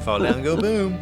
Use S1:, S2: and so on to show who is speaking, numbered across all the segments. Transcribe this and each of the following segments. S1: Fall down and go boom.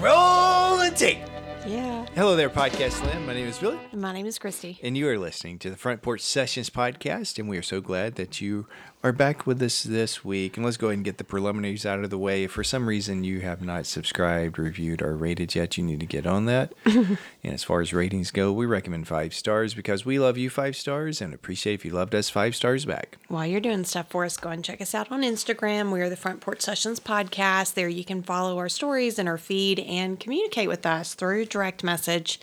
S1: Roll the tape.
S2: Yeah.
S1: Hello there, Podcast Land. My name is Billy,
S2: My name is Christy.
S1: and you are listening to the Front Porch Sessions podcast. And we are so glad that you are back with us this week. And let's go ahead and get the preliminaries out of the way. If for some reason you have not subscribed, reviewed, or rated yet, you need to get on that. and as far as ratings go, we recommend five stars because we love you five stars and appreciate if you loved us five stars back.
S2: While you're doing stuff for us, go and check us out on Instagram. We are the Front Porch Sessions podcast. There you can follow our stories and our feed and communicate with us through direct message,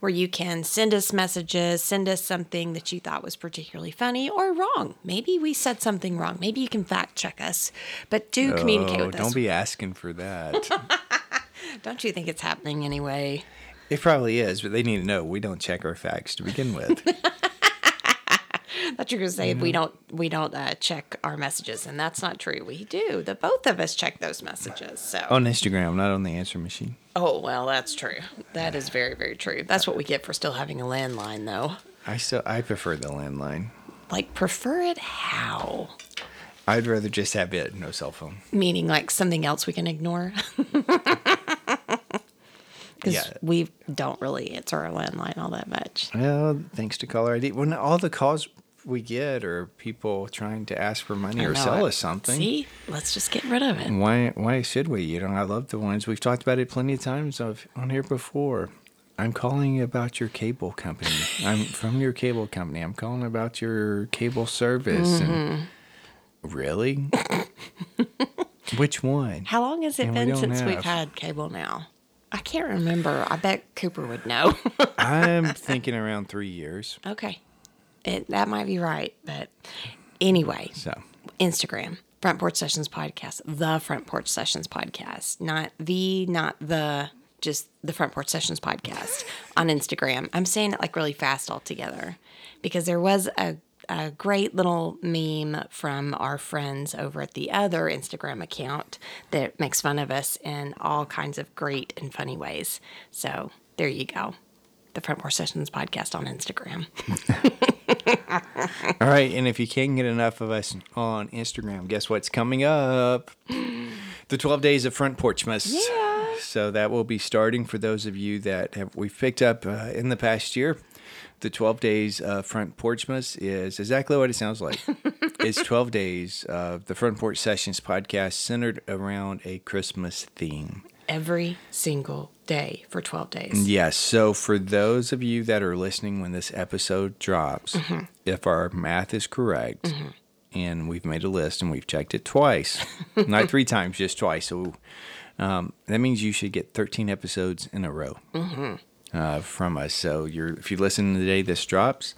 S2: where you can send us messages, send us something that you thought was particularly funny or wrong. Maybe we said something wrong. Maybe you can fact check us, but do communicate
S1: Oh,
S2: with us.
S1: don't be asking for that.
S2: Don't you think it's happening anyway?
S1: It probably is, but they need to know we don't check our facts to begin with.
S2: But you're gonna say we don't we don't uh, check our messages, and that's not true. We do. The both of us check those messages. So
S1: on Instagram, not on the answer machine.
S2: Oh, well, that's true. That is very, very true. That's what we get for still having a landline, though.
S1: I still I prefer the landline.
S2: Like, prefer it how?
S1: I'd rather just have it, no cell phone.
S2: Meaning, like, something else we can ignore? Because
S1: Yeah.
S2: we don't really answer our landline all that much.
S1: Well, thanks to caller ID. When all the calls we get are people trying to ask for money or
S2: No,
S1: sell
S2: I-
S1: us something. Mm.
S2: See, let's just get rid of it.
S1: Why why should we? You know, I love the ones we've talked about it plenty of times of on here before. I'm calling about your cable company. I'm from your cable company. I'm calling about your cable service. And, really? Which one?
S2: How long has it
S1: And we
S2: been
S1: don't
S2: since we've
S1: have-
S2: had cable now? I can't remember. I bet Cooper would know.
S1: I'm thinking around three years.
S2: okay. It, that might be right. But anyway.
S1: So
S2: Instagram, Front Porch Sessions Podcast, the Front Porch Sessions Podcast, not the, not the, just the Front Porch Sessions Podcast on Instagram. I'm saying it like really fast altogether because there was a, a great little meme from our friends over at the other Instagram account that makes fun of us in all kinds of great and funny ways. So there you go. The Front Porch Sessions Podcast on Instagram.
S1: All right, and if you can't get enough of us on Instagram, guess what's coming up? The 12 days of front porch mess.
S2: Yeah.
S1: So that will be starting for those of you that have we've picked up uh, in the past year. The 12 days of front porch mess is exactly what it sounds like. it's 12 days of the front porch sessions podcast centered around a Christmas theme.
S2: Every single day for 12 days.
S1: Yes. So for those of you that are listening when this episode drops,
S2: Mm-hmm.
S1: if our math is correct, and we've made a list and we've checked it twice, not three times, just twice. So um, that means you should get 13 episodes in a row
S2: Mm-hmm.
S1: uh, from us. So you're if you listen the day this drops.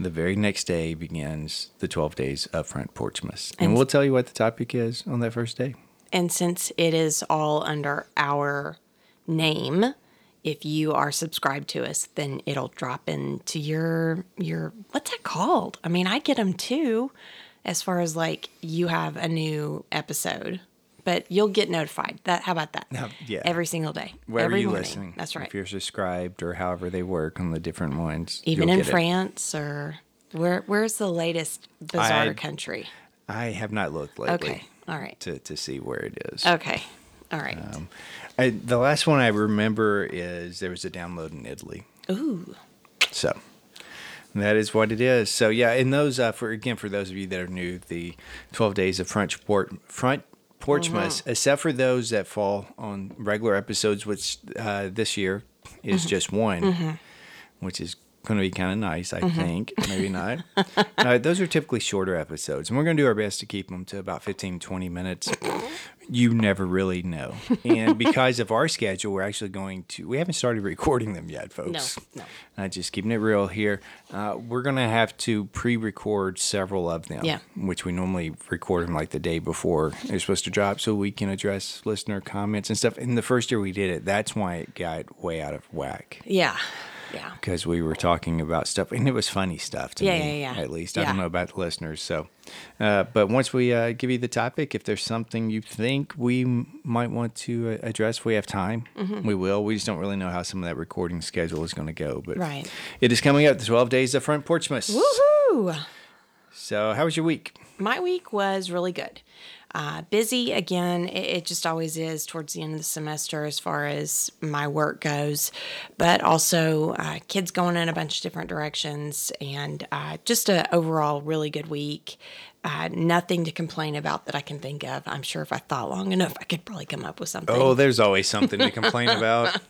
S1: The very next day begins the 12 days of Front Porchmas. And we'll tell you what the topic is on that first day.
S2: And since it is all under our name, if you are subscribed to us, then it'll drop into your your what's that called? I mean, I get them too as far as like you have a new episode, but you'll get notified. That how about that?
S1: yeah.
S2: Every single day.
S1: Where
S2: every
S1: are you
S2: morning.
S1: listening?
S2: That's right.
S1: If you're subscribed or however they work on the different ones.
S2: Even
S1: you'll
S2: in
S1: get it.
S2: France or where where's the latest bizarre
S1: I-
S2: country?
S1: I have not looked lately.
S2: Okay. All right. Oh.
S1: To, to see where it is.
S2: Okay. All right.
S1: Um, I, the last one I remember is there was a download in Italy.
S2: Ooh.
S1: So that is what it is. So yeah, and those uh, for again for those of you that are new, the twelve days of French port front Porchmas,
S2: Mm-hmm.
S1: except for those that fall on regular episodes, which uh, this year is
S2: Mm-hmm.
S1: just one, which is going to be kind of nice, I
S2: Mm-hmm.
S1: think. Maybe not. uh, those are typically shorter episodes, and we're going to do our best to keep them to about 15, 20 minutes. You never really know. And because of our schedule, we're actually going to, we haven't started recording them yet, folks.
S2: no.
S1: Uh, just keeping it real here. Uh, we're going to have to pre record several of them,
S2: Yeah.
S1: which we normally record them like the day before they're supposed to drop so we can address listener comments and stuff. In the first year we did it, that's why it got way out of whack
S2: Yeah. Yeah.
S1: because we were talking about stuff and it was funny stuff to
S2: Yeah,
S1: me
S2: yeah, yeah.
S1: at least i don't
S2: Yeah.
S1: know about the listeners so uh, but once we uh, give you the topic if there's something you think we m- might want to uh, address if we have time
S2: Mm-hmm.
S1: we will we just don't really know how some of that recording schedule is going to go but
S2: Right.
S1: it is coming up the 12 days of front porchmas
S2: Woohoo!
S1: so how was your week
S2: My week was really good. Uh, busy again, it, it just always is towards the end of the semester as far as my work goes, but also uh, kids going in a bunch of different directions and uh, just a overall really good week. Uh, nothing to complain about that I can think of. I'm sure if I thought long enough, I could probably come up with something.
S1: Oh, there's always something to complain about.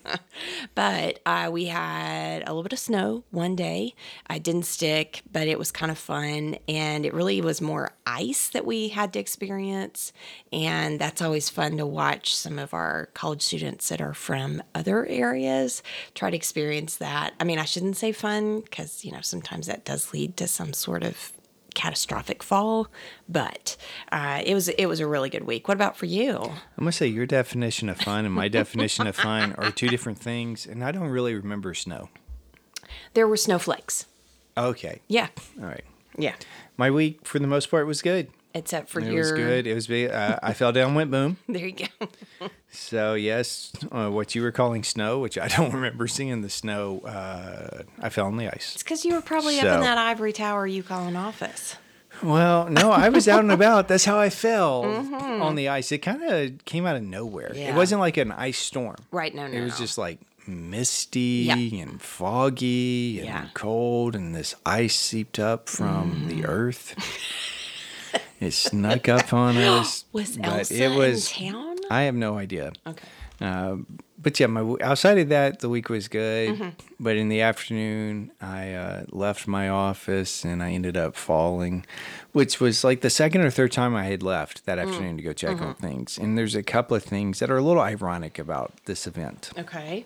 S2: But uh, we had a little bit of snow one day. I didn't stick, but it was kind of fun. And it really was more ice that we had to experience. And that's always fun to watch some of our college students that are from other areas try to experience that. I mean, I shouldn't say fun because, you know, sometimes that does lead to some sort of catastrophic fall but uh, it was it was a really good week what about for you
S1: I'm gonna say your definition of fun and my definition of fun are two different things, and I don't really remember snow.
S2: there were snowflakes
S1: Okay,
S2: yeah
S1: all right.
S2: yeah
S1: My week, for the most part, was good.
S2: except for
S1: It
S2: your
S1: was good. It was big. Uh, I fell down, went boom.
S2: There you go.
S1: So yes, uh, what you were calling snow, which I don't remember seeing the snow. Uh, I fell on the ice.
S2: It's because you were probably up
S1: So-
S2: in that ivory tower you call an office.
S1: Well, no, I was out and about. That's how I fell on the ice. It kind of came out of nowhere.
S2: Mm-hmm. Yeah.
S1: It wasn't like an ice storm.
S2: Right, no, no,
S1: It was
S2: no.
S1: just like misty
S2: Yeah.
S1: and foggy and
S2: Yeah.
S1: cold, and this ice seeped up from the
S2: Mm.
S1: earth. it snuck up on us.
S2: Was
S1: but
S2: Elsa
S1: it
S2: in
S1: was,
S2: town?
S1: I have no idea.
S2: Okay.
S1: Uh, but yeah, my w- outside of that, the week was good.
S2: Mm-hmm.
S1: But in the afternoon, I uh, left my office and I ended up falling, which was like the second or third time I had left that
S2: Mm.
S1: afternoon to go check on
S2: Mm-hmm.
S1: things. And there's a couple of things that are a little ironic about this event.
S2: Okay.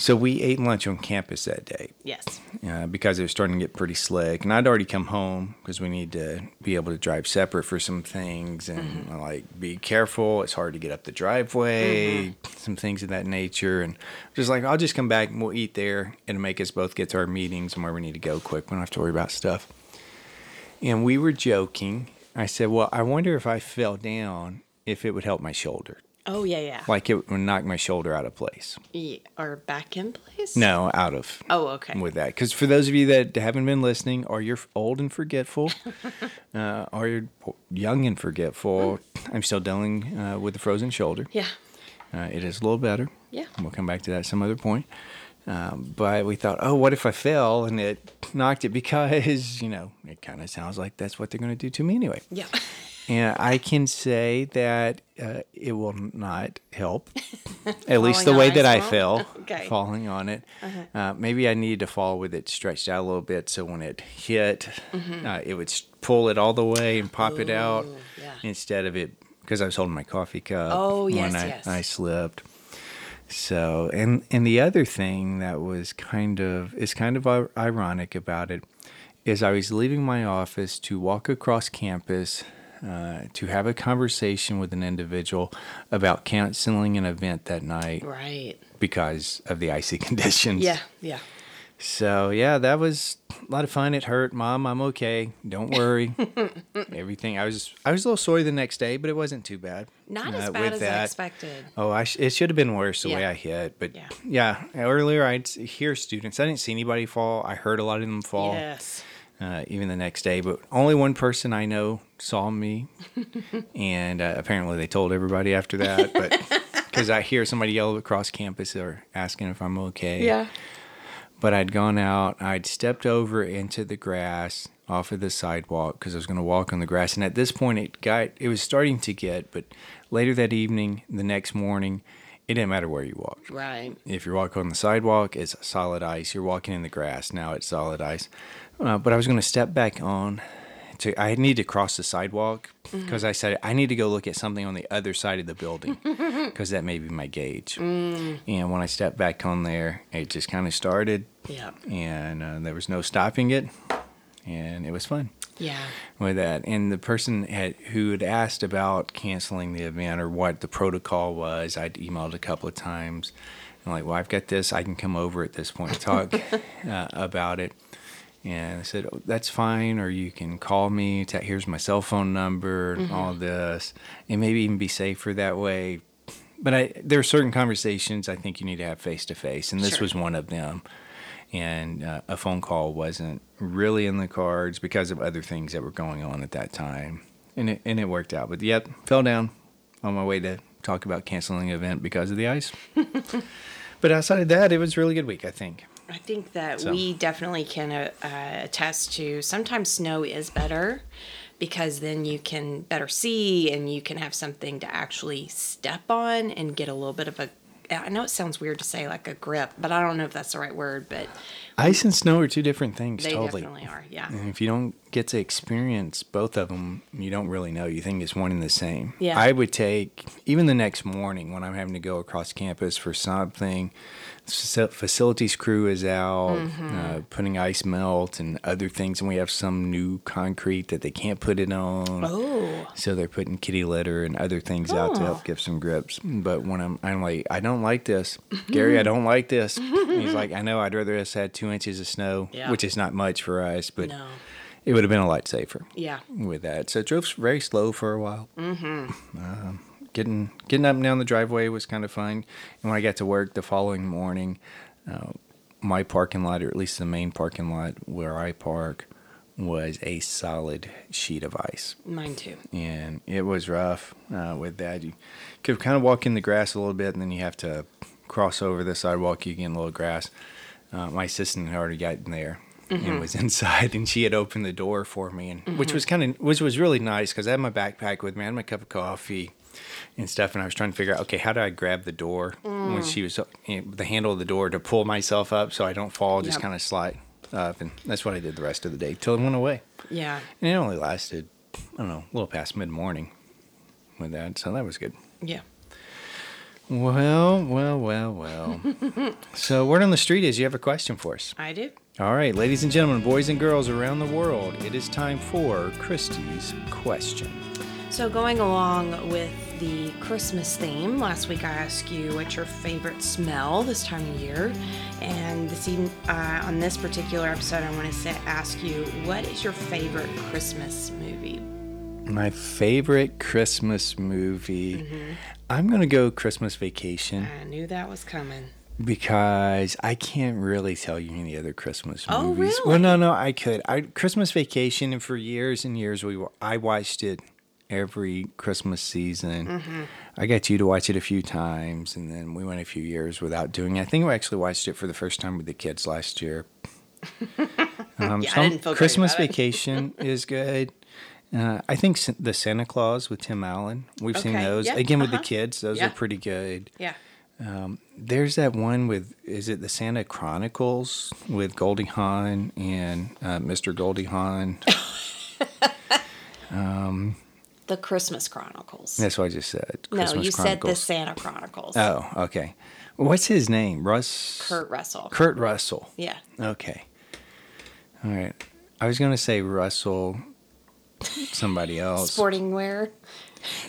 S1: So we ate lunch on campus that day
S2: Yes.
S1: uh, because it was starting to get pretty slick. And I'd already come home because we need to be able to drive separate for some things and uh, like be careful. It's hard to get up the driveway, some things of that nature. And just like, I'll just come back and we'll eat there. It'll make us both get to our meetings and where we need to go quick. We don't have to worry about stuff. And we were joking. I said, Well, I wonder if I fell down, if it would help my shoulder.
S2: Oh yeah, yeah.
S1: Like it would knock my shoulder out of place.
S2: Ye- Or back in place?
S1: No, out of
S2: Oh, okay.
S1: with that. Because for those of you that haven't been listening, or you're old and forgetful, uh, or you're po- young and forgetful, I'm still dealing uh, with the frozen shoulder.
S2: Mm. Yeah.
S1: Uh, it is a little better.
S2: Yeah.
S1: We'll come back to that some other point. Um, but we thought, oh, what if I fell and it knocked it? Because, you know, it kind of sounds like that's what they're going to do to me anyway.
S2: Yeah.
S1: And I can say that uh, it will not help. At least
S2: Falling
S1: the
S2: on
S1: way
S2: ice
S1: that I
S2: won't?
S1: fell,
S2: Okay. Uh-huh.
S1: falling on it. uh maybe I needed to fall with it stretched out a little bit so when it hit, uh, it would s- pull it all the way and pop it out
S2: Mm-hmm. Ooh, yeah.
S1: instead of it because I was holding my coffee cup
S2: Oh, yes,
S1: when I,
S2: yes.
S1: I slipped. So, and and the other thing that was kind of is kind of ir- ironic about it is I was leaving my office to walk across campus uh, to have a conversation with an individual about canceling an event that night
S2: Right.
S1: because of the icy conditions.
S2: Yeah. Yeah.
S1: So yeah, that was a lot of fun. It hurt, Mom. I'm okay. Don't worry. Everything. I was I was a little sore the next day, but it wasn't too bad.
S2: Not
S1: Uh,
S2: as
S1: with
S2: bad as I
S1: that-
S2: expected.
S1: Oh, I sh- it should have been worse the way
S2: Yeah.
S1: I hit, but
S2: Yeah.
S1: yeah. Earlier, I would hear students. I didn't see anybody fall. I heard a lot of them fall,
S2: Yes.
S1: uh, even the next day. But only one person I know saw me, and uh, apparently they told everybody after that. But because I hear somebody yell across campus or asking if I'm okay.
S2: Yeah.
S1: But I'd gone out. I'd stepped over into the grass off of the sidewalk because I was going to walk on the grass. And at this point, it got it was starting to get. But later that evening, the next morning, it didn't matter where you walked.
S2: Right.
S1: If you're walking on the sidewalk, it's solid ice. You're walking in the grass now, it's solid ice. Uh, but I was going to step back on. To, I need to cross the sidewalk because I said I need to go look at something on the other side of the building because that may be my gauge. And when I stepped back on there, it just kind of started,
S2: Yeah.
S1: and uh, there was no stopping it, and it was fun
S2: Yeah.
S1: with that. And the person had, who had asked about canceling the event or what the protocol was, I'd emailed a couple of times. I'm like, well, I've got this. I can come over at this point and talk uh, about it. And I said, oh, that's fine, or you can call me. Ta- Here's my cell phone number
S2: Mm-hmm.
S1: and all this. And maybe even be safer that way. But I, there are certain conversations I think you need to have face to face, and this
S2: Sure.
S1: was one of them and uh, a phone call wasn't really in the cards because of other things that were going on at that time. and it and it worked out. But yep, fell down on my way to talk about canceling an event because of the ice. but outside of that, it was a really good week. I think.
S2: I think that
S1: So-
S2: we definitely can uh, uh, attest to sometimes snow is better because then you can better see and you can have something to actually step on and get a little bit of a. I know it sounds weird to say like a grip, but I don't know if that's the right word, but
S1: Ice and snow are two different things.
S2: they
S1: totally.
S2: definitely are. Yeah.
S1: And if you don't get to experience both of them, you don't really know. You think it's one and the same.
S2: Yeah.
S1: I would take even the next morning when I'm having to go across campus for something. s- Facilities crew is out
S2: Mm-hmm.
S1: uh, putting ice melt and other things, and we have some new concrete that they can't put it on.
S2: Oh.
S1: So they're putting kitty litter and other things out to
S2: Oh.
S1: help give some grips. But when I'm, I'm like, I don't like this, Gary. I don't like this. And he's like, I know. I'd rather us had two inches of snow,
S2: Yeah.
S1: which is not much for us, but
S2: No.
S1: it would have been a lot safer.
S2: Yeah.
S1: With that, so it drove very slow for a while. Mm-hmm. Um, getting getting up and down the driveway was kind of fun. And when I got to work the following morning, uh, my parking lot, or at least the main parking lot where I park, was a solid sheet of ice
S2: Mine too.
S1: and it was rough uh, with that. You could kind of walk in the grass a little bit, and then you have to cross over the sidewalk. You get in a little grass. Uh, my assistant had already gotten there and was inside, and she had opened the door for me, and which was kind of which was really nice because I had my backpack with me, I had my cup of coffee and stuff, and I was trying to figure out okay, how do I grab the door when she was you know, the handle of the door to pull myself up so I don't fall, just
S2: Yep.
S1: kind of slide up, and that's what I did the rest of the day till it went away.
S2: Yeah.
S1: And it only lasted, I don't know, a little past mid morning with that. So that was good.
S2: Yeah.
S1: Well, well, well, well. so, word on the street is you have a question for us.
S2: I do.
S1: All right, ladies and gentlemen, boys and girls around the world, it is time for Christie's question.
S2: So, going along with the Christmas theme, last week I asked you what's your favorite smell this time of year, and this even, uh, on this particular episode, I want to say, ask you what is your favorite Christmas movie?
S1: My favorite Christmas movie. I'm going to go Christmas Vacation
S2: I knew that was coming.
S1: because I can't really tell you any other Christmas
S2: Oh,
S1: movies. Well,
S2: really?
S1: no, no, I could. I Christmas Vacation, and for years and years, we wa- I watched it every Christmas season.
S2: Mm-hmm.
S1: I got you to watch it a few times, and then we went a few years without doing it. I think we actually watched it for the first time with the kids last year. Um,
S2: Yeah, I
S1: so
S2: didn't feel great
S1: Christmas
S2: about it.
S1: Vacation is good. Uh, I think Sa- the Santa Claus with Tim Allen. We've seen
S2: Okay,
S1: those
S2: yeah,
S1: again with the
S2: uh-huh.
S1: kids. Those
S2: Yeah.
S1: are pretty good.
S2: Yeah.
S1: There's that one with is it the Santa Chronicles with Goldie Hawn and uh, Mr. Goldie Hawn?
S2: The Christmas Chronicles.
S1: That's what I just said.
S2: no, you said the Santa Chronicles.
S1: Oh, okay. What's his name? Russ.
S2: Kurt Russell.
S1: Kurt Russell.
S2: yeah.
S1: Okay. All right. I was gonna say Russell. Somebody else.
S2: Sporting wear.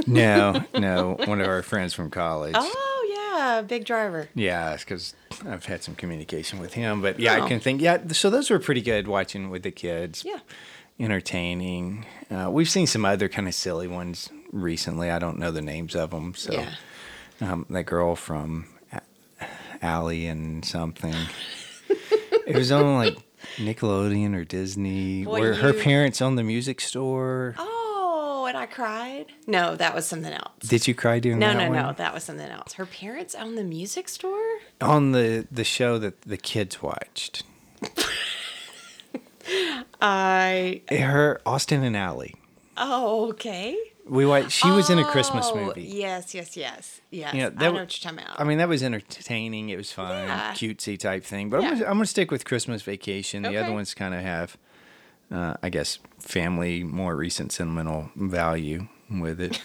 S1: No, no. One of our friends from college.
S2: Oh, yeah. Big driver.
S1: Yeah, because I've had some communication with him, but yeah,
S2: Oh.
S1: I can think. Yeah, th- so those were pretty good watching with the kids.
S2: Yeah.
S1: entertaining. Uh, we've seen some other kind of silly ones recently. I don't know the names of them. So
S2: Yeah.
S1: um, that girl from A- Ally and something. it was on like Nickelodeon or Disney,
S2: Boy,
S1: where her
S2: you-
S1: parents own the music store.
S2: Oh, and I cried. No, that was something else.
S1: Did you cry during
S2: No,
S1: that
S2: no,
S1: one?
S2: no. That was something else. Her parents own the music store?
S1: On the the show that the kids watched,
S2: I.
S1: her Austin and Ally.
S2: Oh, okay.
S1: We watched. She was in a Christmas
S2: Oh,
S1: movie.
S2: Yes, yes, yes. Yes.
S1: Yeah,
S2: I
S1: that
S2: know
S1: wa-
S2: what you're talking about.
S1: I mean, that was entertaining. It was fun,
S2: Yeah.
S1: cutesy type thing. But
S2: Yeah.
S1: I'm, gonna, I'm gonna stick with Christmas Vacation. The other
S2: Okay.
S1: ones kind of have, uh, I guess, family, more recent sentimental value with it.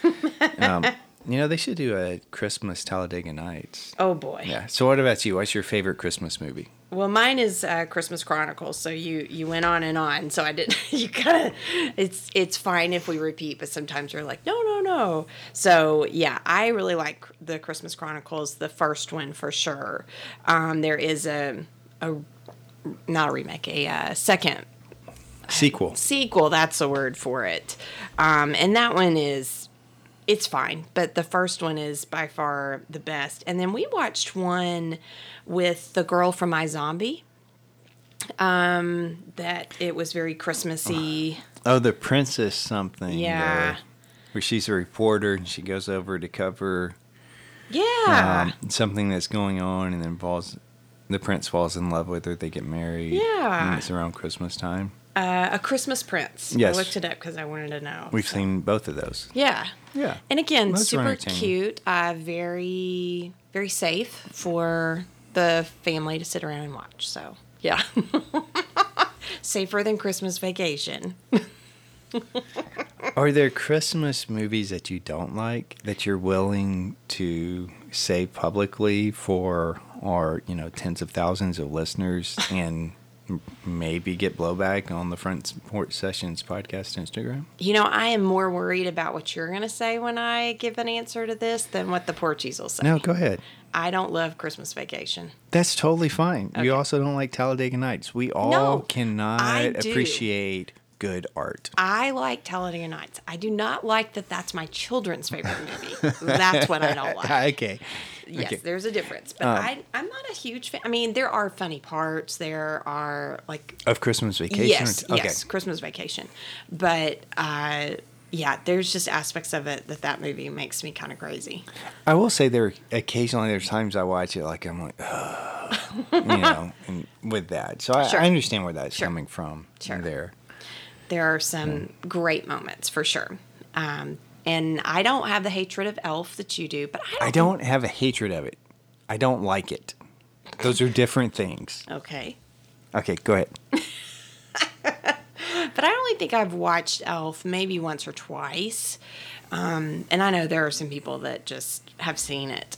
S1: um, you know, they should do a Christmas Talladega Nights.
S2: oh, boy.
S1: Yeah. So, what about you? What's your favorite Christmas movie?
S2: Well, mine is uh, Christmas Chronicles. So you you went on and on. So I didn't. You kind of. It's it's fine if we repeat, but sometimes you're like, no, no, no. So yeah, I really like the Christmas Chronicles, the first one for sure. Um, there is a a not a remake, a uh, second
S1: Sequel.
S2: sequel that's the word for it um, and that one is it's fine but the first one is by far the best and then we watched one with the girl from my zombie um that it was very christmassy
S1: Oh, the Princess something.
S2: yeah
S1: or- where she's a reporter and she goes over to cover
S2: Yeah.
S1: um, something that's going on and involves the prince falls in love with her. They get married.
S2: Yeah.
S1: and it's around Christmas time.
S2: uh, a Christmas Prince.
S1: Yes.
S2: I looked it up because I wanted to know.
S1: We've seen both of those.
S2: yeah.
S1: Yeah.
S2: And again,
S1: Those are
S2: super
S1: entertaining.
S2: cute. Uh, very, very safe for the family to sit around and watch. So, yeah. Safer than Christmas vacation.
S1: Are there Christmas movies that you don't like that you're willing to say publicly for our, you know, tens of thousands of listeners and m- maybe get blowback on the Front Porch Sessions podcast Instagram?
S2: You know, I am more worried about what you're going to say when I give an answer to this than what the Porchies will say.
S1: No, go ahead.
S2: I don't love Christmas vacation.
S1: That's totally fine. You also don't like Talladega Nights. We all
S2: No, I
S1: cannot
S2: do.
S1: appreciate good art.
S2: I like Talladega Nights. I do not like that that's my children's favorite movie. that's what I don't like.
S1: okay.
S2: Yes,
S1: Okay. Um,
S2: there's a difference, but I, I'm not a huge fan. I mean, there are funny parts. There are like
S1: Of Christmas Vacation?
S2: yes,
S1: Okay.
S2: yes, Christmas Vacation, but uh, yeah, there's just aspects of it that that movie makes me kind of crazy.
S1: I will say there occasionally there's times I watch it like I'm like, Ugh, you know, and with that. So I,
S2: Sure.
S1: I understand where that's
S2: Sure.
S1: coming from
S2: Sure.
S1: there.
S2: There are some
S1: Hmm.
S2: great moments for sure, um, and I don't have the hatred of Elf that you do, but
S1: I
S2: I
S1: don't have a hatred of it. I don't like it. Those are different things.
S2: don't okay.
S1: Okay, go ahead.
S2: But I only think I've watched Elf maybe once or twice. Um, and I know there are some people that just have seen it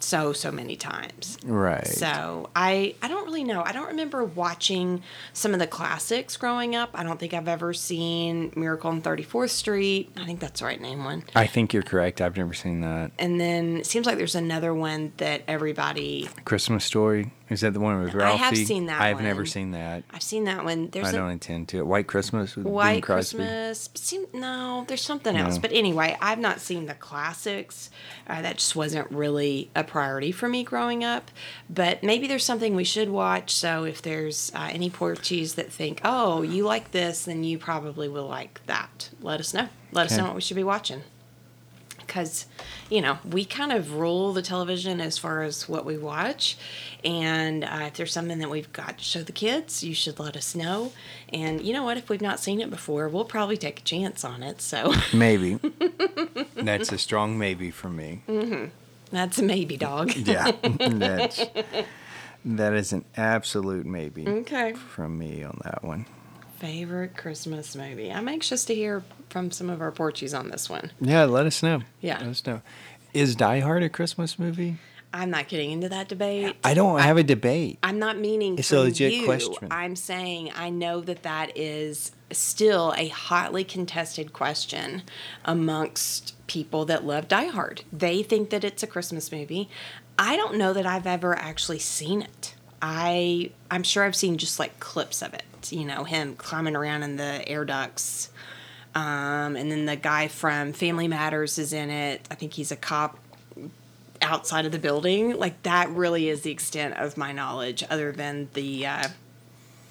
S2: so, so many times.
S1: Right.
S2: So I, I don't really know. I don't remember watching some of the classics growing up. I don't think I've ever seen Miracle on 34th Street. I think that's the right name one.
S1: I think you're correct. I've never seen that.
S2: And then it seems like there's another one that everybody,
S1: Christmas Story. Is that the one with
S2: I
S1: Ralphie?
S2: have seen that
S1: I've
S2: one.
S1: never seen that.
S2: I've seen that one. There's
S1: I
S2: a-
S1: don't intend to. White Christmas with Bing
S2: White
S1: Crosby.
S2: Christmas. Seem, no, there's something else. But anyway, I've not seen the classics. Uh, that just wasn't really a priority for me growing up. But maybe there's something we should watch. So if there's uh, any Portuguese that think, oh, you like this, then you probably will like that. Let us know. Let us
S1: Okay.
S2: know what we should be watching. Because, you know, we kind of rule the television as far as what we watch. And uh, if there's something that we've got to show the kids, you should let us know. And you know what? If we've not seen it before, we'll probably take a chance on it. So
S1: Maybe. that's a strong maybe for me.
S2: that's a maybe, dog.
S1: Yeah, that's that is an absolute maybe
S2: Okay.
S1: from me on that one.
S2: Favorite Christmas movie? I'm anxious to hear from some of our Porchies on this one.
S1: Yeah, let us know.
S2: Yeah.
S1: let us know. Is Die Hard a Christmas movie?
S2: I'm not getting into that debate.
S1: I don't have a debate.
S2: I'm not meaning
S1: It's
S2: from
S1: a legit
S2: you.
S1: question.
S2: I'm saying I know that that is still a hotly contested question amongst people that love Die Hard. They think that it's a Christmas movie. I don't know that I've ever actually seen it. I I'm sure I've seen just like clips of it. You know, him climbing around in the air ducts. Um, and then the guy from Family Matters is in it. I think he's a cop outside of the building. Like that really is the extent of my knowledge, other than the uh,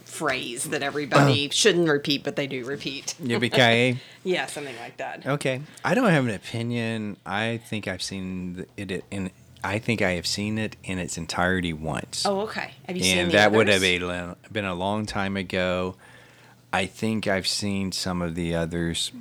S2: phrase that everybody
S1: Uh-huh.
S2: shouldn't repeat, but they do repeat.
S1: Yippee
S2: Yeah, something like that.
S1: Okay, I don't have an opinion. I think I've seen it in. I think I have seen it in its entirety once.
S2: Oh, okay. Have you seen
S1: and
S2: the
S1: that would have
S2: others?
S1: been a- been a long time ago. I think I've seen some of the others.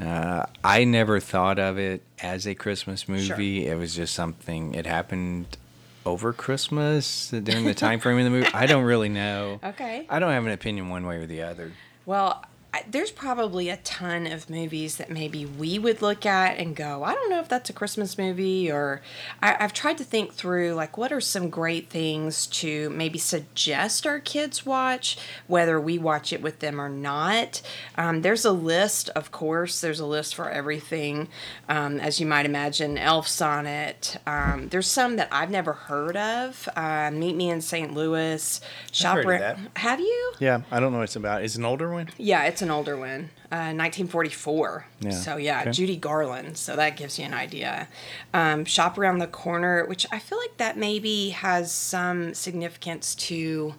S1: Uh, I never thought of it as a Christmas movie. It was just something. It happened over Christmas during the time frame of the movie. I don't really know.
S2: Okay.
S1: I don't have an opinion one way or the other.
S2: Well, I, there's probably a ton of movies that maybe we would look at and go, I don't know if that's a Christmas movie, or I, I've tried to think through like what are some great things to maybe suggest our kids watch, whether we watch it with them or not. Um, there's a list, of course, there's a list for everything, um, as you might imagine. Elf's on it. Um, there's some that I've never heard of. Uh, Meet Me in St. Louis. Shop
S1: heard of
S2: Ra-
S1: that.
S2: Have you?
S1: Yeah, I don't know what it's about. It's an older one.
S2: Yeah, it's an older one, uh, 1944.
S1: Yeah.
S2: So yeah,
S1: Okay.
S2: Judy Garland. So that gives you an idea. Um, Shop around the corner, which I feel like that maybe has some significance to.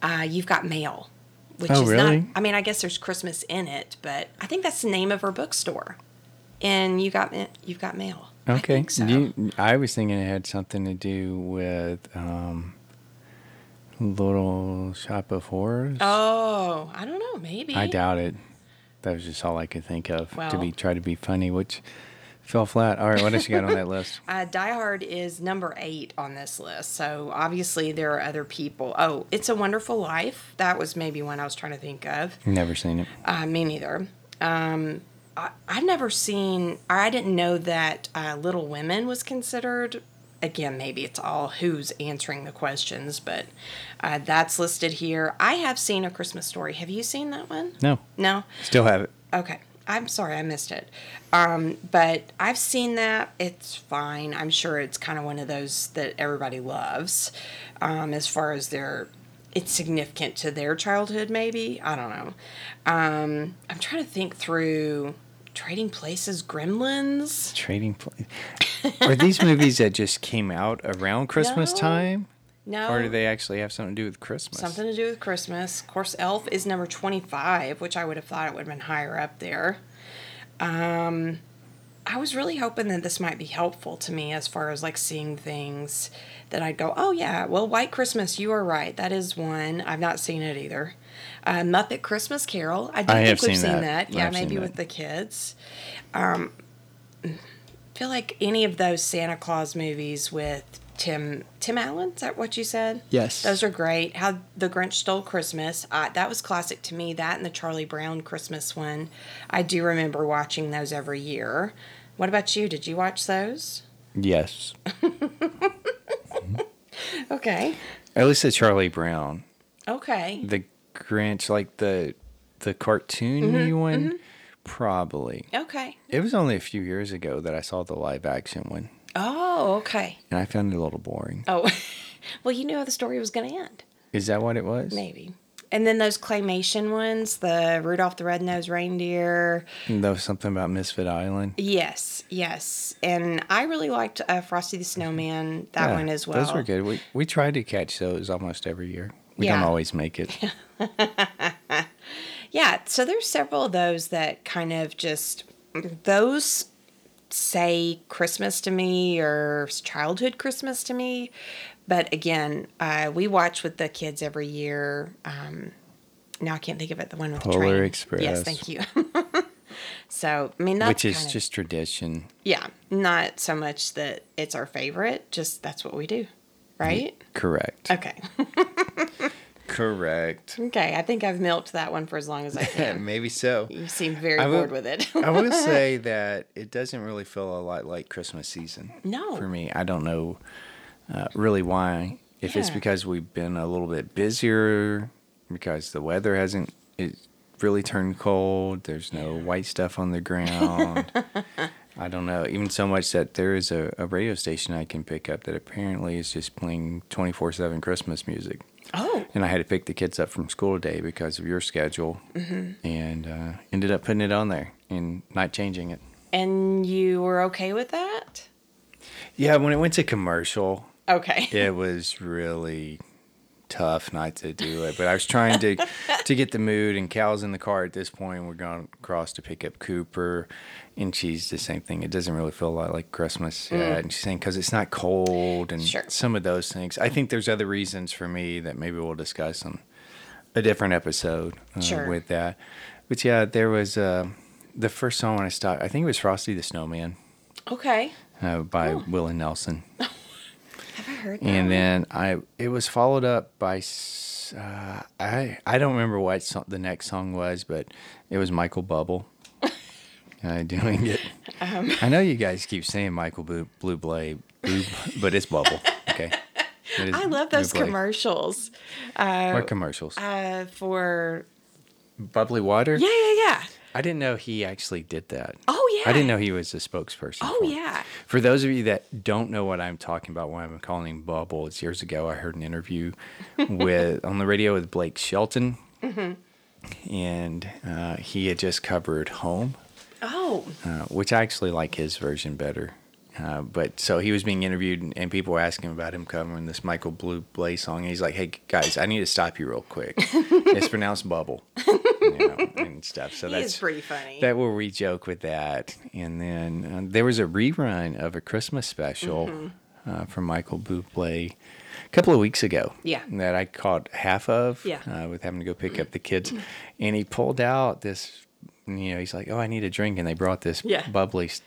S2: Uh, you've got mail, which
S1: Oh,
S2: is
S1: really?
S2: not. I mean, I guess there's Christmas in it, but I think that's the name of her bookstore. and you got ma- you've got mail. I
S1: Okay.
S2: think so.
S1: You- I was thinking it had something to do with um, Little Shop of Horrors.
S2: oh, I don't know. Maybe
S1: I doubt it. That was just all I could think of to be
S2: Well.
S1: try to be funny, which fell flat. All right, what else you got on that list?
S2: Uh, Die Hard is number eight on this list. So obviously there are other people. Oh, It's a Wonderful Life. That was maybe one I was trying to think of.
S1: Never seen it.
S2: Uh, me neither. Um, I, I've never seen, or I didn't know that uh, Little Women was considered. Again, maybe it's all who's answering the questions, but uh, that's listed here. I have seen A Christmas Story. Have you seen that one?
S1: No,
S2: No?
S1: still have it.
S2: Okay. I'm sorry, I missed it. Um, but I've seen that. It's fine. I'm sure it's kind of one of those that everybody loves um, as far as their. It's significant to their childhood, maybe. I don't know. Um, I'm trying to think through Trading Places Gremlins.
S1: Trading Place. Are these movies that just came out around Christmas
S2: No.
S1: time,
S2: No.
S1: or do they actually have something to do with Christmas?
S2: Something to do with Christmas. Of course, Elf is number 25, which I would have thought it would have been higher up there. Um, I was really hoping that this might be helpful to me as far as like seeing things that I'd go, oh, yeah, well, White Christmas, you are right. That is one. I've not seen it either. Uh, Muppet Christmas Carol. I do
S1: I
S2: think
S1: have
S2: we've
S1: seen
S2: seen,
S1: that.
S2: that. Yeah,
S1: I've seen
S2: maybe
S1: that.
S2: with the kids. Um, feel like any of those Santa Claus movies with Tim Tim Allen. Is that what you said?
S1: Yes.
S2: Those are great. How the Grinch Stole Christmas. Uh, that was classic to me. That and the Charlie Brown Christmas one. I do remember watching those every year. What about you? Did you watch those?
S1: Yes.
S2: Okay.
S1: At least the Charlie Brown,
S2: Okay.
S1: the Grinch, like the the cartoon
S2: Mm-hmm,
S1: one, probably.
S2: Okay.
S1: It was only a few years ago that I saw the live action one,
S2: Oh, okay.
S1: and I found it a little boring.
S2: Oh, well, you knew how the story was going to end.
S1: Is that what it was?
S2: Maybe. And then those claymation ones, the Rudolph the Red-Nosed Reindeer.
S1: There was something about Misfit Island.
S2: Yes, yes. And I really liked uh, Frosty the Snowman, that
S1: Mm-hmm. Yeah,
S2: one as well.
S1: Those were good. We we try to catch those almost every year. We don't
S2: Yeah.
S1: always make it.
S2: Yeah, so there's several of those that kind of just those say Christmas to me or childhood Christmas to me. But again, uh, we watch with the kids every year. Um, now I can't think of it. The one with the
S1: Polar
S2: train.
S1: Express.
S2: Yes, thank you. so I mean, that's
S1: Which is
S2: kind of-
S1: just tradition.
S2: yeah, not so much that it's our favorite. Just that's what we do,
S1: Mm-hmm.
S2: right?
S1: Correct.
S2: Okay,
S1: Correct.
S2: okay. I think I've milked that one for as long as I can.
S1: Maybe so.
S2: you seem very
S1: I will-
S2: bored with it.
S1: I will say that it doesn't really feel a lot like Christmas season.
S2: No.
S1: For me, I don't know uh, really why. If it's
S2: Yeah.
S1: because we've been a little bit busier, because the weather hasn't it really turned cold. There's no white stuff on the ground. I don't know. Even so much that there is a, a radio station I can pick up that apparently is just playing 24 7 Christmas music.
S2: oh,
S1: And I had to pick the kids up from school today because of your schedule and uh, ended up putting it on there and not changing it.
S2: And you were okay with that?
S1: Yeah, when it went to commercial,
S2: Okay.
S1: it was really tough not to do it. But I was trying to to get the mood and Cal's in the car at this point. We're going across to pick up Cooper and she's the same thing. It doesn't really feel a lot like Christmas yet. And she's saying because it's not cold and
S2: Mm. Sure.
S1: some of those things. I think there's other reasons for me that maybe we'll discuss on a different episode uh,
S2: Sure.
S1: with that. But yeah, there was uh, the first song when I stopped. I think it was Frosty the Snowman
S2: Okay.
S1: uh, by
S2: Oh.
S1: Will and Nelson.
S2: Have I heard that?
S1: And then I it was followed up by s- uh, I I don't remember what song, the next song was, but it was Michael Bubble uh, doing it.
S2: Um.
S1: I know you guys keep saying Michael Blue, Blue Blade, Blue, but it's Bubble. Okay. It is
S2: I love those
S1: Blue Blade.
S2: commercials
S1: What commercials?
S2: uh, for.
S1: Bubbly water.
S2: Yeah, yeah, yeah.
S1: I didn't know he actually did that.
S2: Oh, yeah.
S1: I didn't know he was a spokesperson.
S2: Oh,
S1: for it.
S2: yeah.
S1: For those of you that don't know what I'm talking about, why I'm calling him Bubble, it's years ago I heard an interview with on the radio with Blake Shelton,
S2: Mm-hmm.
S1: and uh, he had just covered Home,
S2: Oh,
S1: uh, which I actually like his version better. Uh, but so he was being interviewed, and, and people were asking about him covering this Michael Blue Blay song. And he's like, "Hey guys, I need to stop you real quick. it's pronounced Bubble." you know, and stuff. So
S2: He
S1: Oh, that's
S2: is pretty funny.
S1: That where we joke with that. And then uh, there was a rerun of a Christmas special
S2: Mm-hmm.
S1: uh, from Michael Bublé a couple of weeks ago.
S2: Yeah.
S1: That I caught half of.
S2: Yeah. Mm-hmm.
S1: Uh, with having to go pick up the kids, and he pulled out this. You know, he's like, "Oh, I need a drink," and they brought this
S2: Yeah.
S1: bubbly, s-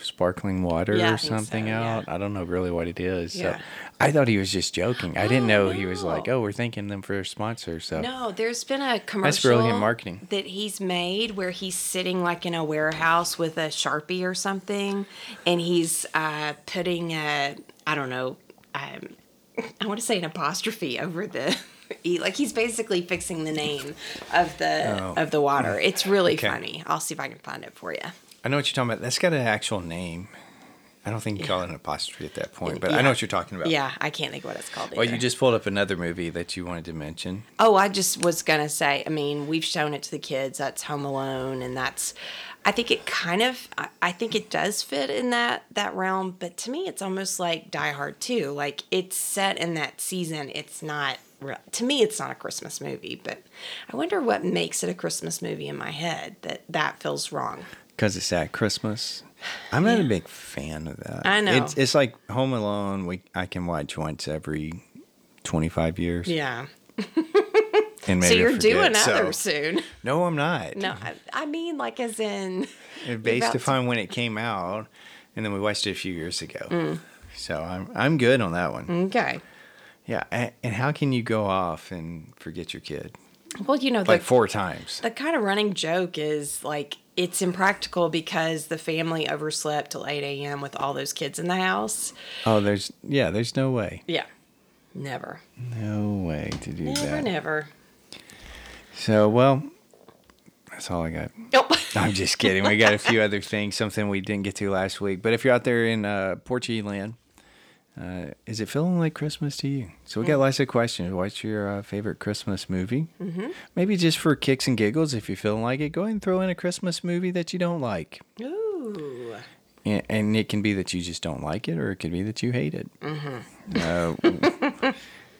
S1: sparkling water
S2: Yeah, I
S1: or
S2: think so,
S1: something
S2: yeah.
S1: out. I don't know really what it is.
S2: Yeah.
S1: So I thought he was just joking. I didn't know
S2: Oh,
S1: he was
S2: no.
S1: like, "Oh, we're thanking them for a sponsor." So
S2: No, there's been a
S1: That's
S2: commercial
S1: brilliant marketing.
S2: that he's made where he's sitting like in a warehouse with a sharpie or something, and he's uh, putting a I don't know, um, I want to say an apostrophe over the. E. Like he's basically fixing the name of the
S1: Oh.
S2: of the water. It's really
S1: Okay.
S2: funny. I'll see if I can find it for you.
S1: I know what you're talking about. That's got an actual name. I don't think you call it an apostrophe at that point, but I
S2: Yeah.
S1: know what you're talking about.
S2: Yeah, I can't think of what it's called.
S1: Well,
S2: either.
S1: you just pulled up another movie that you wanted to mention.
S2: Oh, I just was gonna say. I mean, we've shown it to the kids. That's Home Alone, and that's. I think it kind of. I, I think it does fit in that that realm, but to me, it's almost like Die Hard too. Like it's set in that season. It's not. re- To me, it's not a Christmas movie, but I wonder what makes it a Christmas movie in my head that that feels wrong.
S1: Because it's at Christmas. I'm not a big fan of that.
S2: I know.
S1: It's, it's like Home Alone. We I can watch once every 25 years.
S2: Yeah.
S1: And
S2: So
S1: maybe I
S2: you're
S1: forget,
S2: due
S1: so-
S2: another soon.
S1: No, I'm not.
S2: No, I, I mean like as in.
S1: Based
S2: about to-
S1: upon when it came out, and then we watched it a few years ago.
S2: Mm.
S1: So I'm I'm good on that one.
S2: Okay.
S1: Yeah. And, and how can you go off and forget your kid
S2: Well, you know, the
S1: like four times?
S2: The kind of running joke is like it's impractical because the family overslept till 8 a.m. with all those kids in the house.
S1: Oh, there's yeah, there's no way,
S2: Yeah. Never.
S1: no way to do
S2: Never,
S1: that.
S2: never.
S1: So well, that's all I got.
S2: Nope.
S1: I'm just kidding. We got a few other things, something we didn't get to last week. But if you're out there in uh, Portuguese land, uh, is it feeling like Christmas to you? So we got lots of questions. What's your uh, favorite Christmas movie? Mm-hmm. Maybe just for kicks and giggles, if you're feeling like it, go ahead and throw in a Christmas movie that you don't like.
S2: Ooh.
S1: And, and it can be that you just don't like it, or it could be that you hate it. Mm-hmm.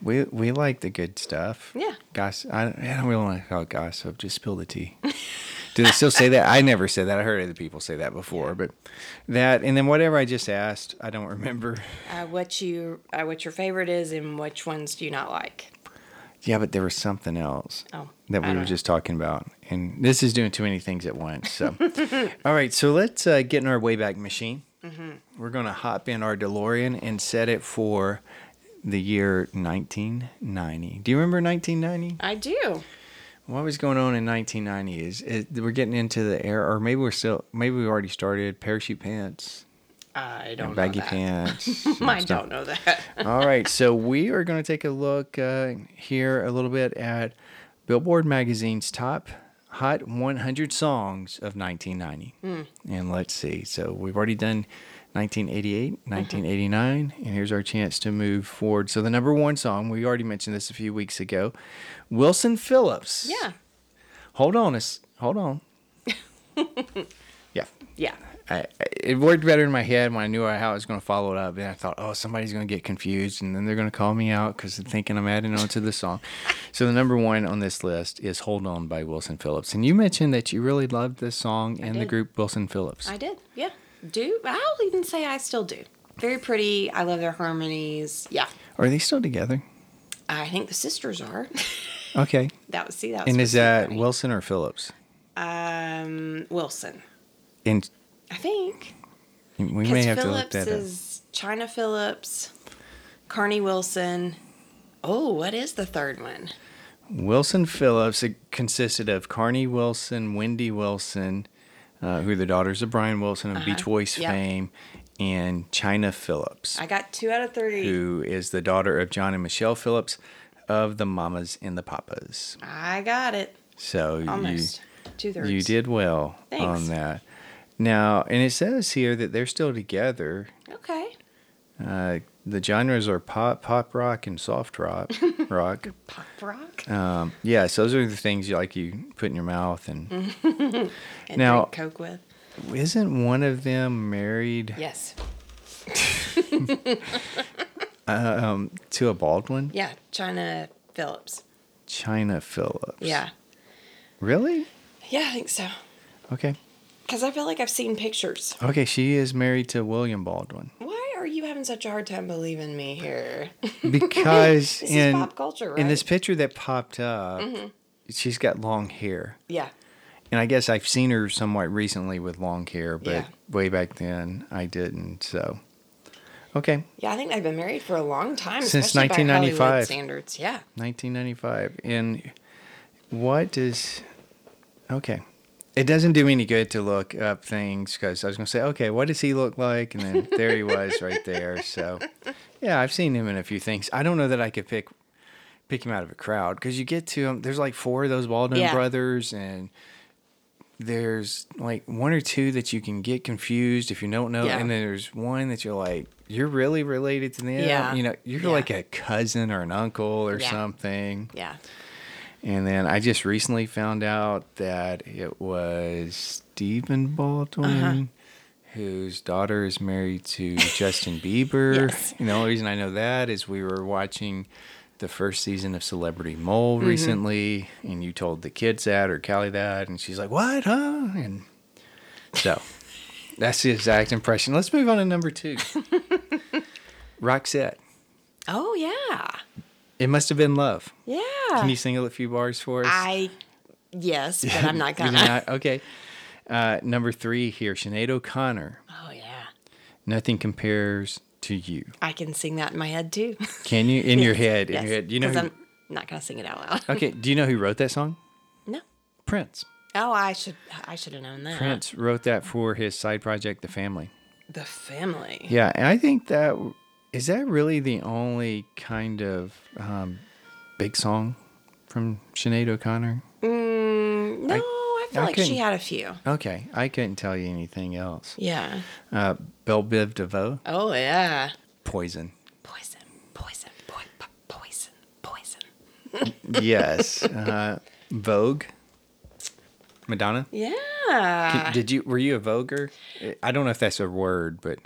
S1: we we like the good stuff.
S2: Yeah.
S1: Gossip. I, I don't really want to call it gossip. Just spill the tea. Do they still say that? I never said that. I heard other people say that before, but that and then whatever I just asked, I don't remember.
S2: Uh, what you uh, what your favorite is and which ones do you not like?
S1: Yeah, but there was something else
S2: Oh,
S1: that
S2: I
S1: we were
S2: don't-
S1: just talking about, and this is doing too many things at once. So, all right, so let's uh, get in our Wayback Machine.
S2: Mm-hmm.
S1: We're gonna hop in our DeLorean and set it for the year 1990. Do you remember 1990?
S2: I do.
S1: What was going on in 1990 is, is we're getting into the era, or maybe we're still, maybe we already started parachute pants,
S2: I
S1: and
S2: don't know.
S1: baggy
S2: that.
S1: pants.
S2: I don't know that.
S1: All right, so we are going to take a look uh, here a little bit at Billboard magazine's top hot 100 songs of 1990, and let's see. So we've already done 1988, 1989, and here's our chance to move forward. So the number one song we already mentioned this a few weeks ago, Wilson Phillips.
S2: yeah.
S1: Hold on, a s hold on. yeah,
S2: Yeah.
S1: I, I, it worked better in my head when I knew how I was going to follow it up. And I thought, oh, somebody's going to get confused, and then they're going to call me out because they're thinking I'm adding on to the song. so the number one on this list is "Hold On" by Wilson Phillips. And you mentioned that you really loved this song and the
S2: did.
S1: group Wilson Phillips.
S2: I did. Yeah. Do. I'll even say I still do. Very pretty. I love their harmonies. Yeah.
S1: Are they still together?
S2: I think the sisters are.
S1: Okay.
S2: That was see that was
S1: And
S2: for
S1: is that
S2: Tiffany.
S1: Wilson or Phillips?
S2: um Wilson,
S1: And
S2: I think.
S1: we may
S2: Because
S1: have to look
S2: Phillips
S1: that up.
S2: is China Phillips, Carney Wilson. Oh, what is the third one?
S1: Wilson Phillips it consisted of Carney Wilson, Wendy Wilson, uh, who are the daughters of Brian Wilson of Beach Boys
S2: Uh-huh. Yep.
S1: fame, and China Phillips,
S2: I got two out of three.
S1: who is the daughter of John and Michelle Phillips of the Mamas and the Papas.
S2: I got it
S1: So
S2: almost two
S1: you
S2: thirds.
S1: you did well on
S2: Thanks.
S1: that. Now, and it says here that they're still together.
S2: okay.
S1: Uh, the genres are pop, pop rock, and soft rock. rock.
S2: Pop rock
S1: Um, yeah, so those are the things you like you put in your mouth and
S2: and
S1: now-
S2: drink Coke with
S1: Isn't one of them married
S2: yes,
S1: to a Baldwin?
S2: yeah, China Phillips,
S1: China Phillips.
S2: yeah.
S1: Really?
S2: Yeah, I think so.
S1: Okay.
S2: Because I feel like I've seen pictures.
S1: Okay, she is married to William Baldwin.
S2: Why are you having such a hard time believing me here?
S1: Because
S2: This is
S1: in
S2: pop culture,
S1: in
S2: right? Mm-hmm.
S1: this picture that popped up, she's got long hair.
S2: yeah.
S1: And I guess I've seen her somewhat recently with long hair, but
S2: Yeah.
S1: way back then I didn't. So, okay,
S2: Yeah, I think they've been married for a long time.
S1: Since
S2: especially by Hollywood
S1: 1995.
S2: standards. Yeah.
S1: 1995. And what does. Okay. It doesn't do me any good to look up things because I was going to say, okay, what does he look like? And then there he was right there. So, yeah, I've seen him in a few things. I don't know that I could pick pick him out of a crowd because you get to him. There's like four of those Baldwin
S2: Yeah.
S1: brothers, and there's like one or two that you can get confused if you don't know.
S2: Yeah.
S1: And then there's one that you're like, you're really related to them.
S2: Yeah.
S1: You know, you're
S2: Yeah.
S1: like a cousin or an uncle or
S2: Yeah.
S1: something.
S2: Yeah.
S1: And then I just recently found out that it was Stephen Baldwin,
S2: Uh-huh.
S1: whose daughter is married to Justin Bieber.
S2: Yes.
S1: And the only reason I know that is we were watching the first season of Celebrity Mole
S2: Mm-hmm.
S1: recently, and you told the kids that or Callie that, and she's like, "What, huh?" And so that's the exact impression. Let's move on to number two, Roxette.
S2: Oh, yeah.
S1: It must have been love.
S2: Yeah.
S1: Can you sing a few bars for us?
S2: Uh, I, yes, but I'm not
S1: We
S2: going
S1: did
S2: to.
S1: not- okay. Uh, number three here, Sinead O'Connor.
S2: Oh, yeah.
S1: Nothing compares to you.
S2: I can sing that in my head too.
S1: Can you in your head? In
S2: Yes,
S1: your head. You know.
S2: 'cause
S1: Who,
S2: I'm not going to sing it out loud.
S1: okay. Do you know who wrote that song?
S2: No.
S1: Prince.
S2: Oh, I should I should have known that.
S1: Prince wrote that for his side project, The Family.
S2: The family.
S1: Yeah, and I think that is that really the only kind of um, big song from Sinead O'Connor.
S2: Mm, No, I feel
S1: I
S2: like she
S1: couldn't-
S2: had a few.
S1: Okay, I couldn't tell you anything else.
S2: Yeah.
S1: Uh, Belle Biv DeVoe,
S2: Oh yeah.
S1: Poison.
S2: Poison, poison, boy, poison, poison.
S1: yes. Uh, Vogue. Madonna.
S2: Yeah.
S1: Did you were you a voguer? I don't know if that's a word, but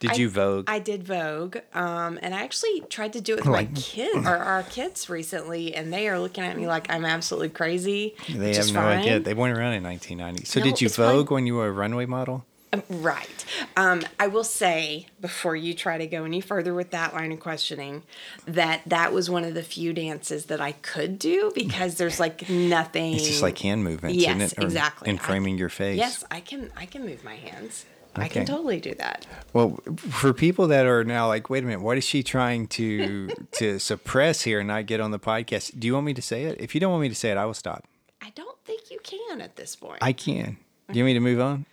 S1: did you vogue?
S2: I did Vogue, um, and I actually tried to do it with
S1: Like-
S2: my kids or our kids recently, and they are looking at me like I'm absolutely crazy.
S1: they
S2: which
S1: have
S2: is
S1: no idea.
S2: fine.
S1: They weren't around in 1990. So
S2: No,
S1: did you
S2: it's fine.
S1: vogue when you were a runway model?
S2: Um, Right. Um, I will say before you try to go any further with that line of questioning, that that was one of the few dances that I could do because there's like nothing.
S1: It's just like hand movements, isn't
S2: Yes,
S1: it? Or-
S2: exactly.
S1: And
S2: I-
S1: framing your face.
S2: Yes, I can. I can move my hands. I can
S1: Okay.
S2: totally do that.
S1: Well, for people that are now like, wait a minute, what is she trying to to suppress here and not get on the podcast? Do you want me to say it? If you don't want me to say it, I will stop.
S2: I don't think you can at this point.
S1: I can. Do you want me to move on?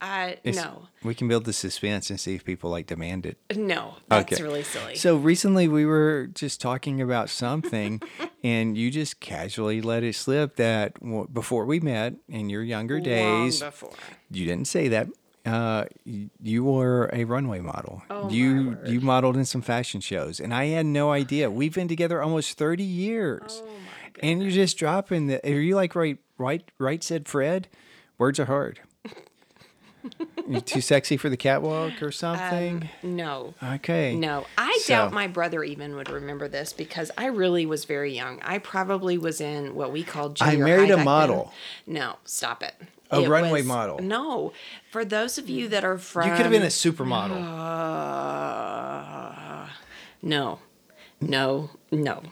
S2: I
S1: It's-
S2: no,
S1: We can build the suspense and see if people like demand it.
S2: no. That's really silly.
S1: So recently we were just talking about something, and you just casually let it slip that w- before we met in your younger
S2: Long
S1: days,
S2: before.
S1: you didn't say that. Uh, y- you were a runway model.
S2: Oh, my
S1: you
S2: word.
S1: you modeled in some fashion shows, and I had no idea. We've been together almost thirty years,
S2: Oh my
S1: and you're just dropping the. Are you like right right right? Said Fred, words are hard. you're too sexy for the catwalk or something.
S2: No.
S1: okay.
S2: Um, No, I
S1: So-
S2: doubt my brother even would remember this because I really was very young. I probably was in what we called
S1: I
S2: junior
S1: married
S2: high
S1: a
S2: back
S1: model.
S2: then. No, stop it.
S1: A
S2: It
S1: runway model.
S2: No, for those of you that are from,
S1: You could have been a supermodel.
S2: Uh, no, no, no,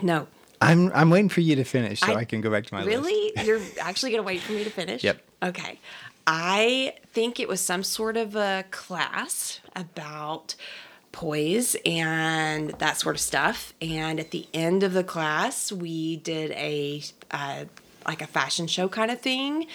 S2: no.
S1: I'm I'm waiting for you to finish so I,
S2: I-
S1: can go back to my list.
S2: Really? You're actually going to wait for me to finish?
S1: Yep.
S2: Okay. I think it was some sort of a class about poise and that sort of stuff. And at the end of the class, we did a uh, like a fashion show kind of thing.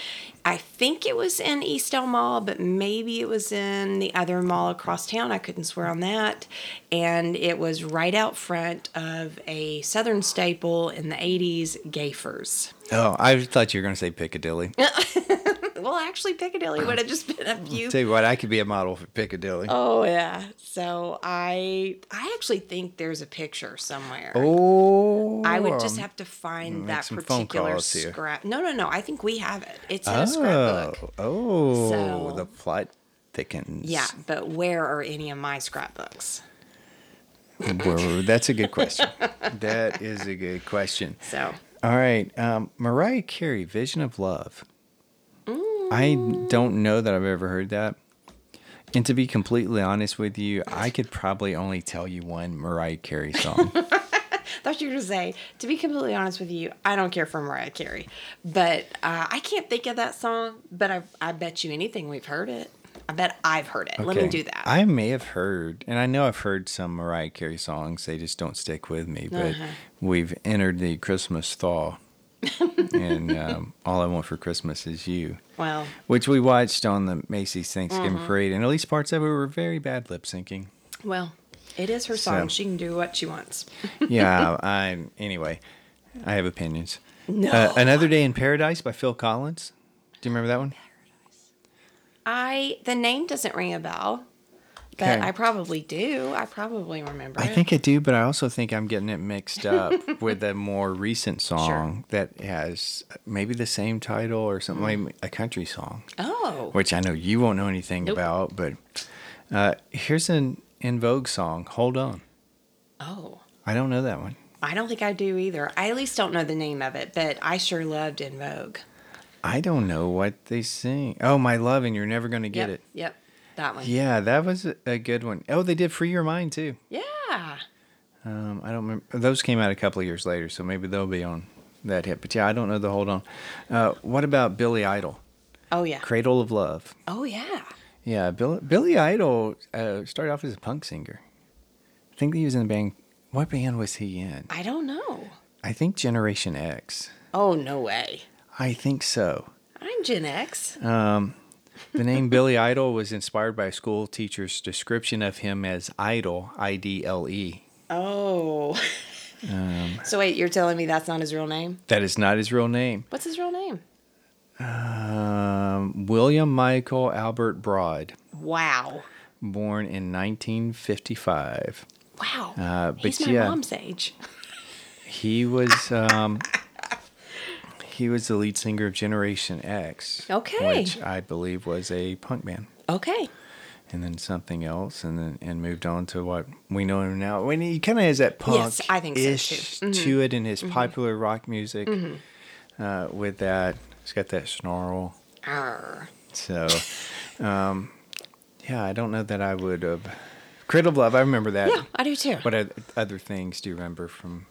S2: I think it was in Eastdale Mall, but maybe it was in the other mall across town. I couldn't swear on that. And it was right out front of a Southern staple in the 80s, Gafers.
S1: Oh, I thought you were going to say Piccadilly.
S2: Well, actually, Piccadilly would have just been a few.
S1: Tell you what, I could be a model for Piccadilly. Oh,
S2: Oh yeah. So I, I actually think there's a picture somewhere. I would just
S1: um,
S2: have to find
S1: Oh, make
S2: that
S1: some phone
S2: particular
S1: calls here.
S2: scrap. No, no, no. I think we have it. It's in a scrapbook.
S1: Oh, oh
S2: So-
S1: the plot thickens.
S2: Yeah, but where are any of my scrapbooks?
S1: Whoa, that's a good question. that is a good question.
S2: So
S1: All right. Um, Mariah Carey, Vision of Love.
S2: Mm.
S1: I don't know that I've ever heard that. And to be completely honest with you, I could probably only tell you one Mariah Carey song.
S2: I thought you were going to say, to be completely honest with you, I don't care for Mariah Carey, but uh, I can't think of that song. But I, I bet you anything we've heard it. I bet I've heard it. Let me
S1: Okay.
S2: do that.
S1: I may have heard, and I know I've heard some Mariah Carey songs. They just don't stick with me. But
S2: Uh-huh.
S1: we've entered the Christmas thaw, and um, all I want for Christmas is you,
S2: well,
S1: which we watched on the Macy's Thanksgiving
S2: Mm-hmm.
S1: Parade, and at least parts of it were very bad lip syncing.
S2: well, it is her
S1: So-
S2: song. She can do what she wants.
S1: yeah, I anyway, I have opinions.
S2: No.
S1: Uh, Another Day in Paradise by Phil Collins. Do you remember that one?
S2: I the name doesn't ring a bell, but
S1: Okay.
S2: I probably do. I probably remember.
S1: I
S2: it.
S1: think I do, but I also think I'm getting it mixed up with a more recent song that has maybe the same title or something, like a country song,
S2: Oh,
S1: which I know you won't know anything about. But uh, here's an In Vogue song, Hold On.
S2: oh,
S1: I don't know that one.
S2: I don't think I do either. I at least don't know the name of it, but I sure loved In Vogue.
S1: I don't know what they sing. Oh, My Love, and You're Never Gonna Get
S2: yep,
S1: It.
S2: Yep, that one.
S1: Yeah, that was a- a good one. Oh, they did Free Your Mind too.
S2: yeah.
S1: Um, I don't remember. Those came out a couple of years later, so maybe they'll be on that hit. But yeah, I don't know the hold on. Uh, what about Billy Idol?
S2: Oh yeah.
S1: Cradle of Love.
S2: Oh yeah.
S1: Yeah, Bill, Billy Idol uh, started off as a punk singer. I think he was in a band. What band was he in?
S2: I don't know.
S1: I think Generation X.
S2: Oh no way.
S1: I think so.
S2: I'm Gen X.
S1: Uh, The name Billy Idol was inspired by a school teacher's description of him as idol, I D L E.
S2: Oh.
S1: um,
S2: so wait, you're telling me that's not his real name?
S1: That is not his real name.
S2: What's his real name?
S1: Um, William Michael Albert Broad.
S2: Wow.
S1: born in 1955.
S2: Wow.
S1: Uh,
S2: He's
S1: but
S2: my
S1: yeah.
S2: mom's age.
S1: He was um, he was the lead singer of Generation X,
S2: Okay.
S1: which I believe was a punk band,
S2: Okay.
S1: and then something else, and then and moved on to what we know him now. When he kind of has that punk
S2: Yes, I think so,
S1: ish
S2: too. Mm-hmm.
S1: to it in his popular rock music. Uh, with that, he's got that snarl.
S2: Arr.
S1: So, um, yeah, I don't know that I would have. Cradle of Love, I remember that.
S2: Yeah, I do too.
S1: What oth- other things do you remember from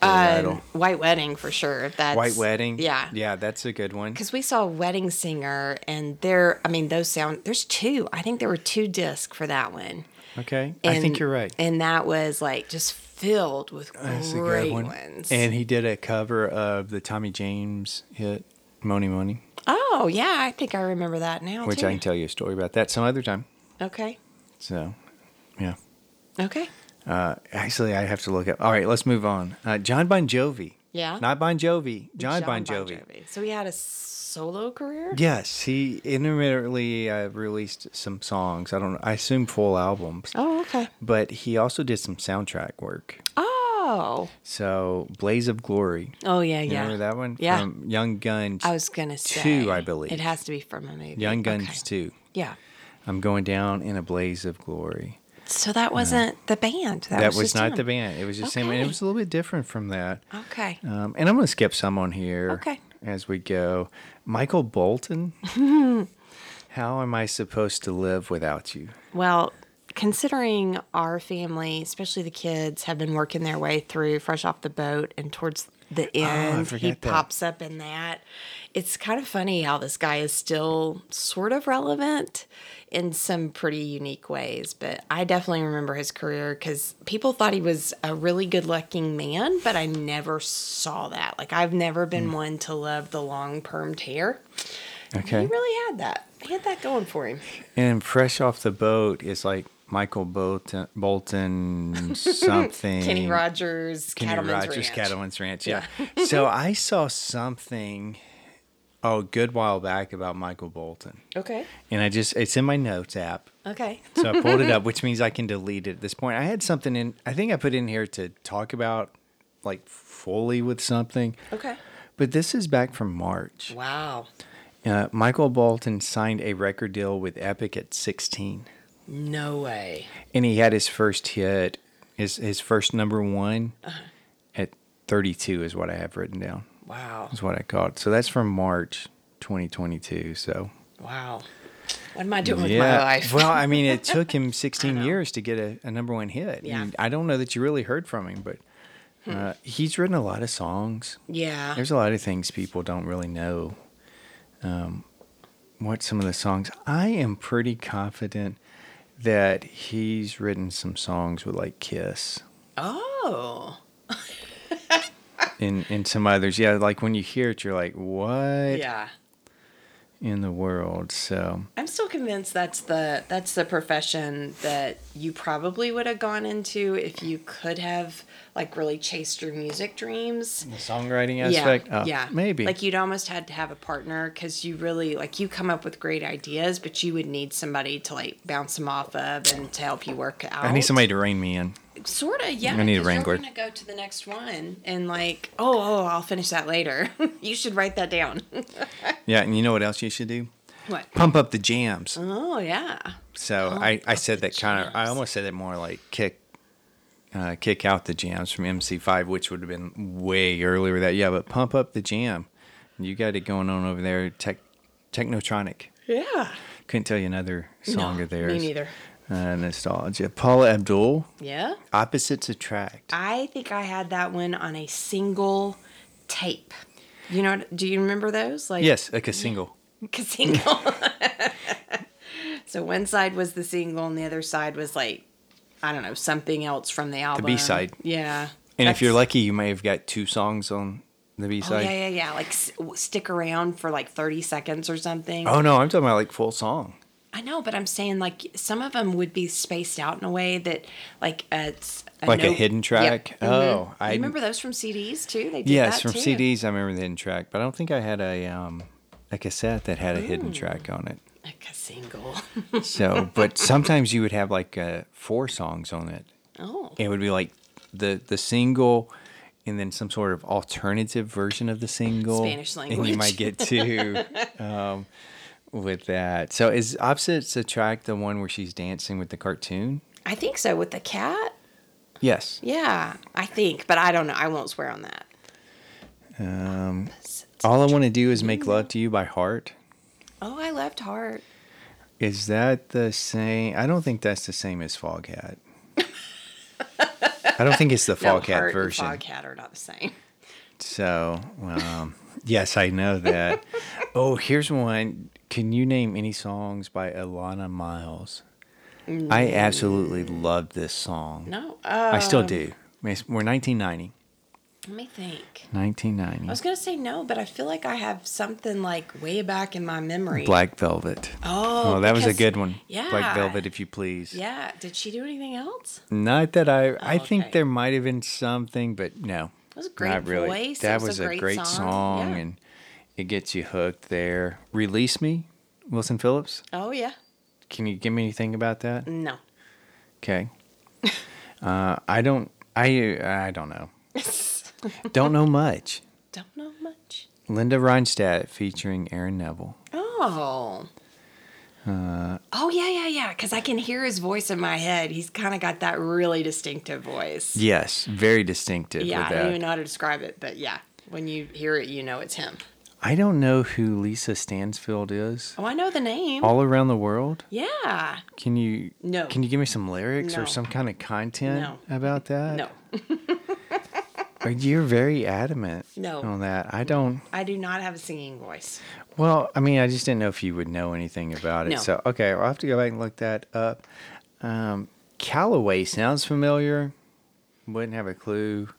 S1: Billy
S2: Uh,
S1: Idol?
S2: White Wedding for sure. That's
S1: White Wedding.
S2: Yeah.
S1: yeah, that's a good one.
S2: Because we saw Wedding Singer, and there, I mean, those sound. There's two. I think there were two discs for that one.
S1: Okay,
S2: And,
S1: I think you're right.
S2: And that was like just filled with
S1: That's a
S2: great
S1: good one.
S2: ones.
S1: And he did a cover of the Tommy James hit "Money Money,"
S2: oh yeah, I think I remember that now.
S1: which
S2: too.
S1: I can tell you a story about that some other time.
S2: Okay.
S1: So, yeah.
S2: Okay.
S1: Uh, actually, I have to look up. All right, let's move on. Uh, John Bon Jovi.
S2: Yeah.
S1: Not Bon Jovi. John, Bon Jovi.
S2: So he had a solo career.
S1: Yes, he intermittently uh, released some songs. I don't. I assume full albums.
S2: Oh okay.
S1: But he also did some soundtrack work.
S2: Oh.
S1: So Blaze of Glory.
S2: Oh yeah
S1: You
S2: yeah.
S1: remember that one? Um,
S2: Yeah.
S1: From Young Guns.
S2: I was gonna say
S1: I believe.
S2: it has to be from a movie.
S1: Young Guns
S2: Okay.
S1: 2.
S2: Yeah.
S1: I'm going down in a blaze of glory.
S2: So that wasn't the band. That,
S1: Uh-huh. That
S2: was,
S1: was,
S2: just
S1: not
S2: him.
S1: the band. It was just him. And it
S2: Okay.
S1: was a little bit different from that.
S2: Okay.
S1: Um, and I'm going to skip some on here
S2: Okay.
S1: as we go. Michael Bolton. How am I supposed to live without you?
S2: Well, considering our family, especially the kids, have been working their way through Fresh Off the Boat and towards the end, he
S1: forgot Oh, that.
S2: pops up in that. It's kind of funny how this guy is still sort of relevant in some pretty unique ways. But I definitely remember his career because people thought he was a really good looking man, but I never saw that. Like, I've never been
S1: Hmm.
S2: one to love the long permed hair.
S1: Okay.
S2: He really had that. He had that going for him.
S1: And fresh off the boat is like Michael Bolton, Bolton something.
S2: Kenny Rogers,
S1: Kenny
S2: Cattleman's
S1: Rogers,
S2: Ranch.
S1: Cattleman's Ranch. Yeah. so I saw something, oh, a good while back about Michael Bolton,
S2: Okay.
S1: and I just it's in my notes app,
S2: Okay.
S1: so I pulled it up, which means I can delete it at this point. I had something in, I think I put in here to talk about, like fully with something,
S2: Okay.
S1: but this is back from March.
S2: Wow.
S1: Uh, Michael Bolton signed a record deal with Epic at 16.
S2: No way.
S1: and he had his first hit, his his first number one at 32 is what I have written down.
S2: Wow.
S1: is what I call it. So that's from March 2022. So
S2: Wow. What am I doing with my life?
S1: well, I mean, it took him 16 years to get a, a number one hit.
S2: Yeah. Hmm.
S1: And I don't know that you really heard from him, but uh, he's written a lot of songs.
S2: yeah.
S1: There's a lot of things people don't really know. Um, what some of the songs? I am pretty confident that he's written some songs with like Kiss
S2: oh.
S1: and and some others. Yeah, like when you hear it, you're like, what
S2: Yeah.
S1: in the world? So
S2: I'm still convinced that's the that's the profession that you probably would have gone into if you could have like really chased your music dreams.
S1: the songwriting aspect,
S2: yeah,
S1: uh,
S2: yeah,
S1: maybe.
S2: Like you'd almost had to have a partner because you really like you come up with great ideas, but you would need somebody to like bounce them off of and to help you work out.
S1: I need somebody to rein me in.
S2: Sort of, yeah.
S1: I need a
S2: 'cause
S1: Wrangler.
S2: You're gonna go to the next one and like, oh, oh, I'll finish that later. you should write that down.
S1: Yeah, and you know what else you should do?
S2: what?
S1: Pump up the jams.
S2: Oh yeah.
S1: So I, I said that kind of. I
S2: jams.
S1: almost said it more like kick, uh, kick out the jams from MC5, which would have been way earlier that. Yeah, but pump up the jam. You got it going on over there. Tech, Technotronic.
S2: Yeah.
S1: Couldn't tell you another song
S2: No,
S1: of theirs.
S2: me neither.
S1: Uh, nostalgia. Paula Abdul.
S2: Yeah.
S1: Opposites attract.
S2: I think I had that one on a single tape. You know, do you remember those? Like
S1: Yes, like a single.
S2: single. so one side was the single, and the other side was like, I don't know, something else from the album.
S1: B-side.
S2: Yeah.
S1: And if you're
S2: That's-
S1: lucky, you may have got two songs on the B
S2: oh,
S1: side.
S2: yeah, yeah, yeah, like s- w- stick around for like thirty seconds or something.
S1: oh no, I'm talking about like full song.
S2: I know, but I'm saying like some of them would be spaced out in a way that like uh, it's a
S1: Like a
S2: note-
S1: hidden
S2: Yep.
S1: track?
S2: Mhm.
S1: Oh,
S2: You
S1: I-
S2: remember those from CDs too. They did
S1: Yes,
S2: that
S1: from
S2: too.
S1: CDs. I remember the hidden track, but I don't think I had a um, a cassette that had a hidden track on it.
S2: Like a single.
S1: So, but sometimes you would have like uh, four songs on it.
S2: oh,
S1: It would be like the the single, and then some sort of alternative version of the single.
S2: Spanish
S1: and you
S2: language.
S1: might get two um, with that. So, is opposites attract the one where she's dancing with the cartoon?
S2: I think so with the cat.
S1: Yes.
S2: Yeah, I think, but I don't know. I won't swear on that.
S1: Um, All I want to do is make love to you by heart.
S2: Oh, I left heart.
S1: Is that the same? I don't think that's the same as Fog Hat. I don't think it's the Fog
S2: no,
S1: Hat
S2: heart
S1: version.
S2: And Foghat are not the same.
S1: So, um, yes, I know that. oh, here's one. Can you name any songs by Alana Miles? I absolutely loved this song.
S2: No.
S1: I still
S2: Mm. um,
S1: do. I mean, it's- We're 1990.
S2: Let me think. I
S1: 1990.
S2: was gonna say no, but I feel like I have something like way back in my memory.
S1: Black Velvet.
S2: Oh,
S1: that was a
S2: because-
S1: good one.
S2: yeah.
S1: Black Velvet, if you please.
S2: Yeah. Did she do anything else?
S1: Not that I. I
S2: Oh,
S1: think
S2: okay.
S1: there might have been something, but no.
S2: It was a great
S1: not really.
S2: voice. It
S1: That
S2: was
S1: was,
S2: a
S1: a
S2: great
S1: great,
S2: song.
S1: song,
S2: Yeah.
S1: and it gets you hooked there. Release me, Wilson Phillips.
S2: Oh yeah.
S1: Can you give me anything about that?
S2: No.
S1: Okay. uh, I don't. I I don't know. don't know much.
S2: Don't know much.
S1: Linda Ronstadt featuring Aaron Neville. Uh,
S2: Oh. oh yeah, yeah, yeah. Because I can hear his voice in my head. He's kind of got that really distinctive voice.
S1: Yes, very distinctive.
S2: Yeah,
S1: with
S2: I don't
S1: that.
S2: even know how to describe it, but yeah, when you hear it, you know it's him.
S1: I don't know who Lisa Stansfield is.
S2: Oh, I know the name.
S1: All around the world.
S2: yeah.
S1: Can you
S2: No.
S1: Can you give me some lyrics
S2: No.
S1: or some kind of content
S2: No.
S1: about that?
S2: No,
S1: Uh, You're very adamant.
S2: No.
S1: On that, I don't.
S2: I do not have a singing voice.
S1: Well, I mean, I just didn't know if you would know anything about it.
S2: No.
S1: So okay, I'll have to go back and look that up. Um, Callaway sounds familiar. Wouldn't have a clue.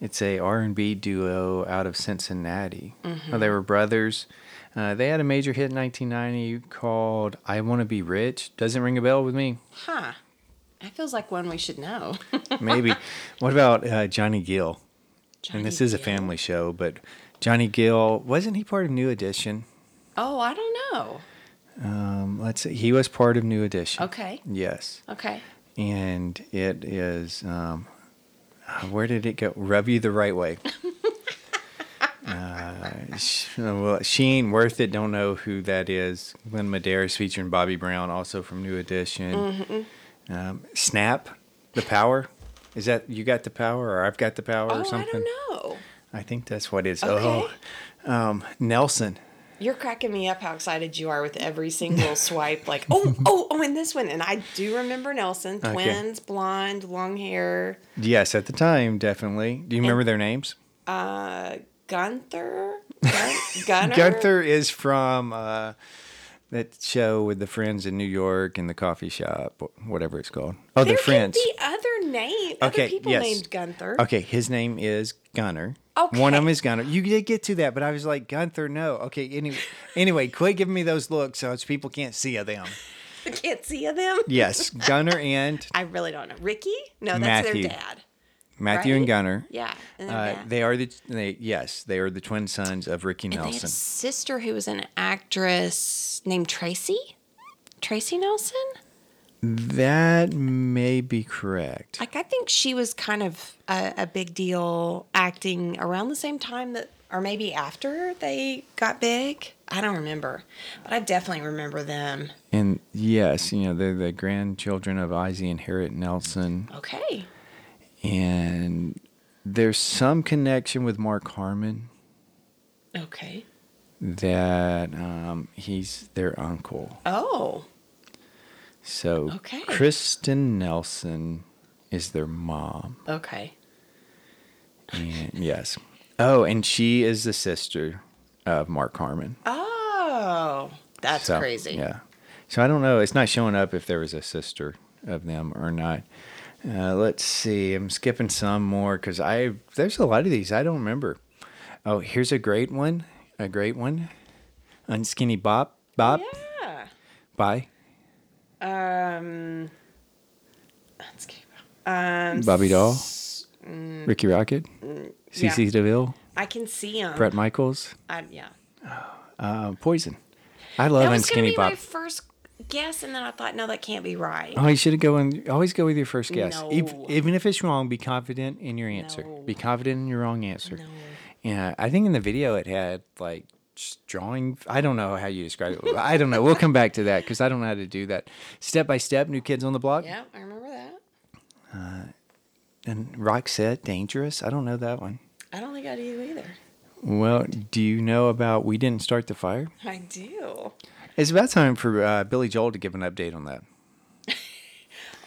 S1: It's a R and B duo out of Cincinnati.
S2: Mm-hmm.
S1: Uh, they were brothers. Uh, they had a major hit in 1990 called "I Want to Be Rich." Doesn't ring a bell with me.
S2: Huh. That feels like one we should know.
S1: Maybe. what about uh, Johnny Gill?
S2: Johnny
S1: And this is a
S2: Gill.
S1: family show, but Johnny Gill wasn't he part of New Edition?
S2: Oh, I don't know.
S1: Um, let's see, he was part of New Edition.
S2: Okay.
S1: Yes,
S2: Okay.
S1: and it is um, uh, where did it go? Rub you the right way. uh, sh- uh, well, she ain't worth it. Don't know who that is. Glenn Medeiros featuring Bobby Brown, also from New Edition.
S2: Mm-hmm.
S1: Um, Snap, the power. Is that you got the power or I've got the power
S2: Oh,
S1: or
S2: I
S1: something?
S2: don't know.
S1: I I think that's what it is.
S2: Okay.
S1: Oh, um, Nelson.
S2: You're cracking me up how excited you are with every single swipe. Like, oh, oh, oh, and this one. And I do remember Nelson,
S1: Okay.
S2: twins, blonde, long hair.
S1: Yes, at the time, definitely. Do you remember their names?
S2: Gunther? Gun- Gunner?
S1: Gunther is from uh, that show with the friends in New York and the coffee shop, whatever it's called. Oh,
S2: There
S1: they're friends.
S2: could be other name.
S1: Okay,
S2: other people
S1: yes.
S2: named Gunther.
S1: Okay, his name is Gunner. One of them
S2: Okay.
S1: is Gunner. You did get to that, but I was like, Gunther, no. Okay, anyway, anyway quit giving me those looks so it's people can't see them.
S2: I can't see of them.
S1: Yes, Gunner and
S2: I really don't know. Ricky? No, that's
S1: Matthew.
S2: their dad.
S1: Matthew and
S2: Right?
S1: Gunner.
S2: Yeah. And their
S1: Uh,
S2: dad.
S1: they are the they, yes, they are the twin sons of Ricky
S2: They had a
S1: Nelson.
S2: sister who was an actress named Tracy. Tracy Nelson?
S1: That may be correct.
S2: Like, I think she was kind of a, a big deal acting around the same time that, or maybe after they got big. I don't remember, but I definitely remember them.
S1: And yes, you know, they're the grandchildren of Izzy and Harriet Nelson.
S2: Okay.
S1: And there's some connection with Mark Harmon
S2: Okay.
S1: that um, he's their uncle.
S2: Oh,
S1: So
S2: Okay.
S1: Kristen Nelson is their mom.
S2: okay.
S1: And yes. Oh, and she is the sister of Mark Harmon.
S2: Oh, that's
S1: So,
S2: crazy.
S1: Yeah. So I don't know. It's not showing up if there was a sister of them or not. Uh, let's see. I'm skipping some more because I there's a lot of these I don't remember. Oh, here's a great one. A great one. Unskinny Bob. Bob.
S2: Yeah.
S1: Bye.
S2: Um, that's cute. Um,
S1: Bobby Doll.
S2: mm,
S1: Ricky Rocket. CC DeVille.
S2: I can see him.
S1: Brett Michaels.
S2: I, yeah.
S1: Uh, Poison. I love
S2: That was going
S1: Unskinny
S2: to be
S1: Bob.
S2: my first guess, and then I thought, no, that can't be right.
S1: Oh, you should go and always go with your first guess. Ev-
S2: No.
S1: even if it's wrong, be confident in your answer.
S2: No.
S1: Be confident in your wrong answer.
S2: No.
S1: Yeah, I think in the video it had like just drawing. I don't know how you describe it. but I don't know. We'll come back to that because I don't know how to do that. Step by step, new kids on the block.
S2: Yeah, I remember that.
S1: And Roxette, dangerous. I don't know that one.
S2: I don't think I do either.
S1: Well, do you know about We Didn't Start the Fire?
S2: I do.
S1: It's about time for uh, Billy Joel to give an update on that.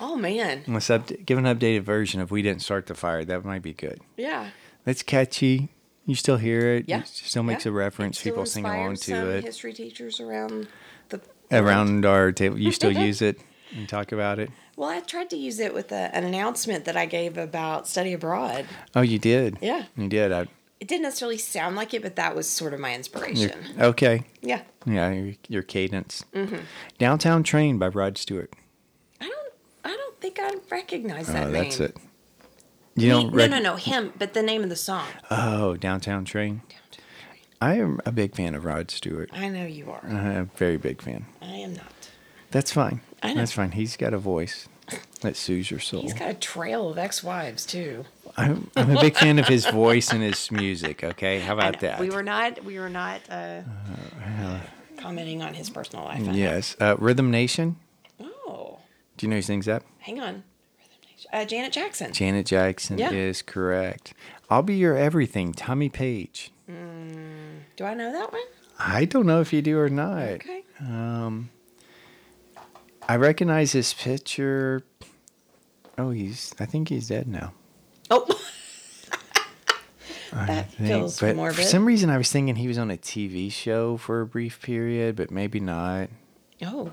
S2: Oh man.
S1: Let's up- give an updated version of We Didn't Start the Fire. That might be good.
S2: Yeah.
S1: That's catchy. You still hear it.
S2: Yeah.
S1: It still makes
S2: yeah.
S1: a reference.
S2: It still
S1: People sing
S2: inspires
S1: along
S2: some
S1: to it.
S2: History teachers around the
S1: Around our table, you still use it and talk about it.
S2: Well, I tried to use it with a, an announcement that I gave about study abroad.
S1: Oh, you did.
S2: Yeah.
S1: you did. I,
S2: It didn't necessarily sound like it, but that was sort of my
S1: your,
S2: inspiration.
S1: okay.
S2: Yeah.
S1: Yeah, your, your cadence.
S2: Mm-hmm.
S1: Downtown Train by Rod Stewart.
S2: I don't. I don't think I recognize
S1: Oh,
S2: that name.
S1: that's it. You
S2: He-
S1: don't. rec-
S2: no, no, no. Him, but the name of the song.
S1: Oh, Downtown Train. I am a big fan of Rod Stewart.
S2: I know you are.
S1: I'm a very big fan.
S2: I am not.
S1: That's fine.
S2: I know.
S1: That's fine. He's got a voice that soothes your soul.
S2: He's got a trail of ex-wives too.
S1: I'm, I'm a big fan of his voice and his music. Okay, how
S2: I
S1: about
S2: know.
S1: that?
S2: We were not. We were not uh, commenting on his personal life. I know.
S1: Yes, uh, Rhythm Nation.
S2: Oh,
S1: Do you know who sings that?
S2: hang on. Rhythm Nation. Uh, Janet Jackson.
S1: Janet Jackson
S2: Yeah.
S1: is correct. I'll be your everything, Tommy Page.
S2: Do I know that one?
S1: I don't know if you do or not.
S2: Okay.
S1: I recognize his picture. Oh, he's. I think he's dead now.
S2: Oh,
S1: I
S2: That feels
S1: but For
S2: morbid.
S1: some reason, I was thinking he was on a TV show for a brief period, but maybe not.
S2: oh,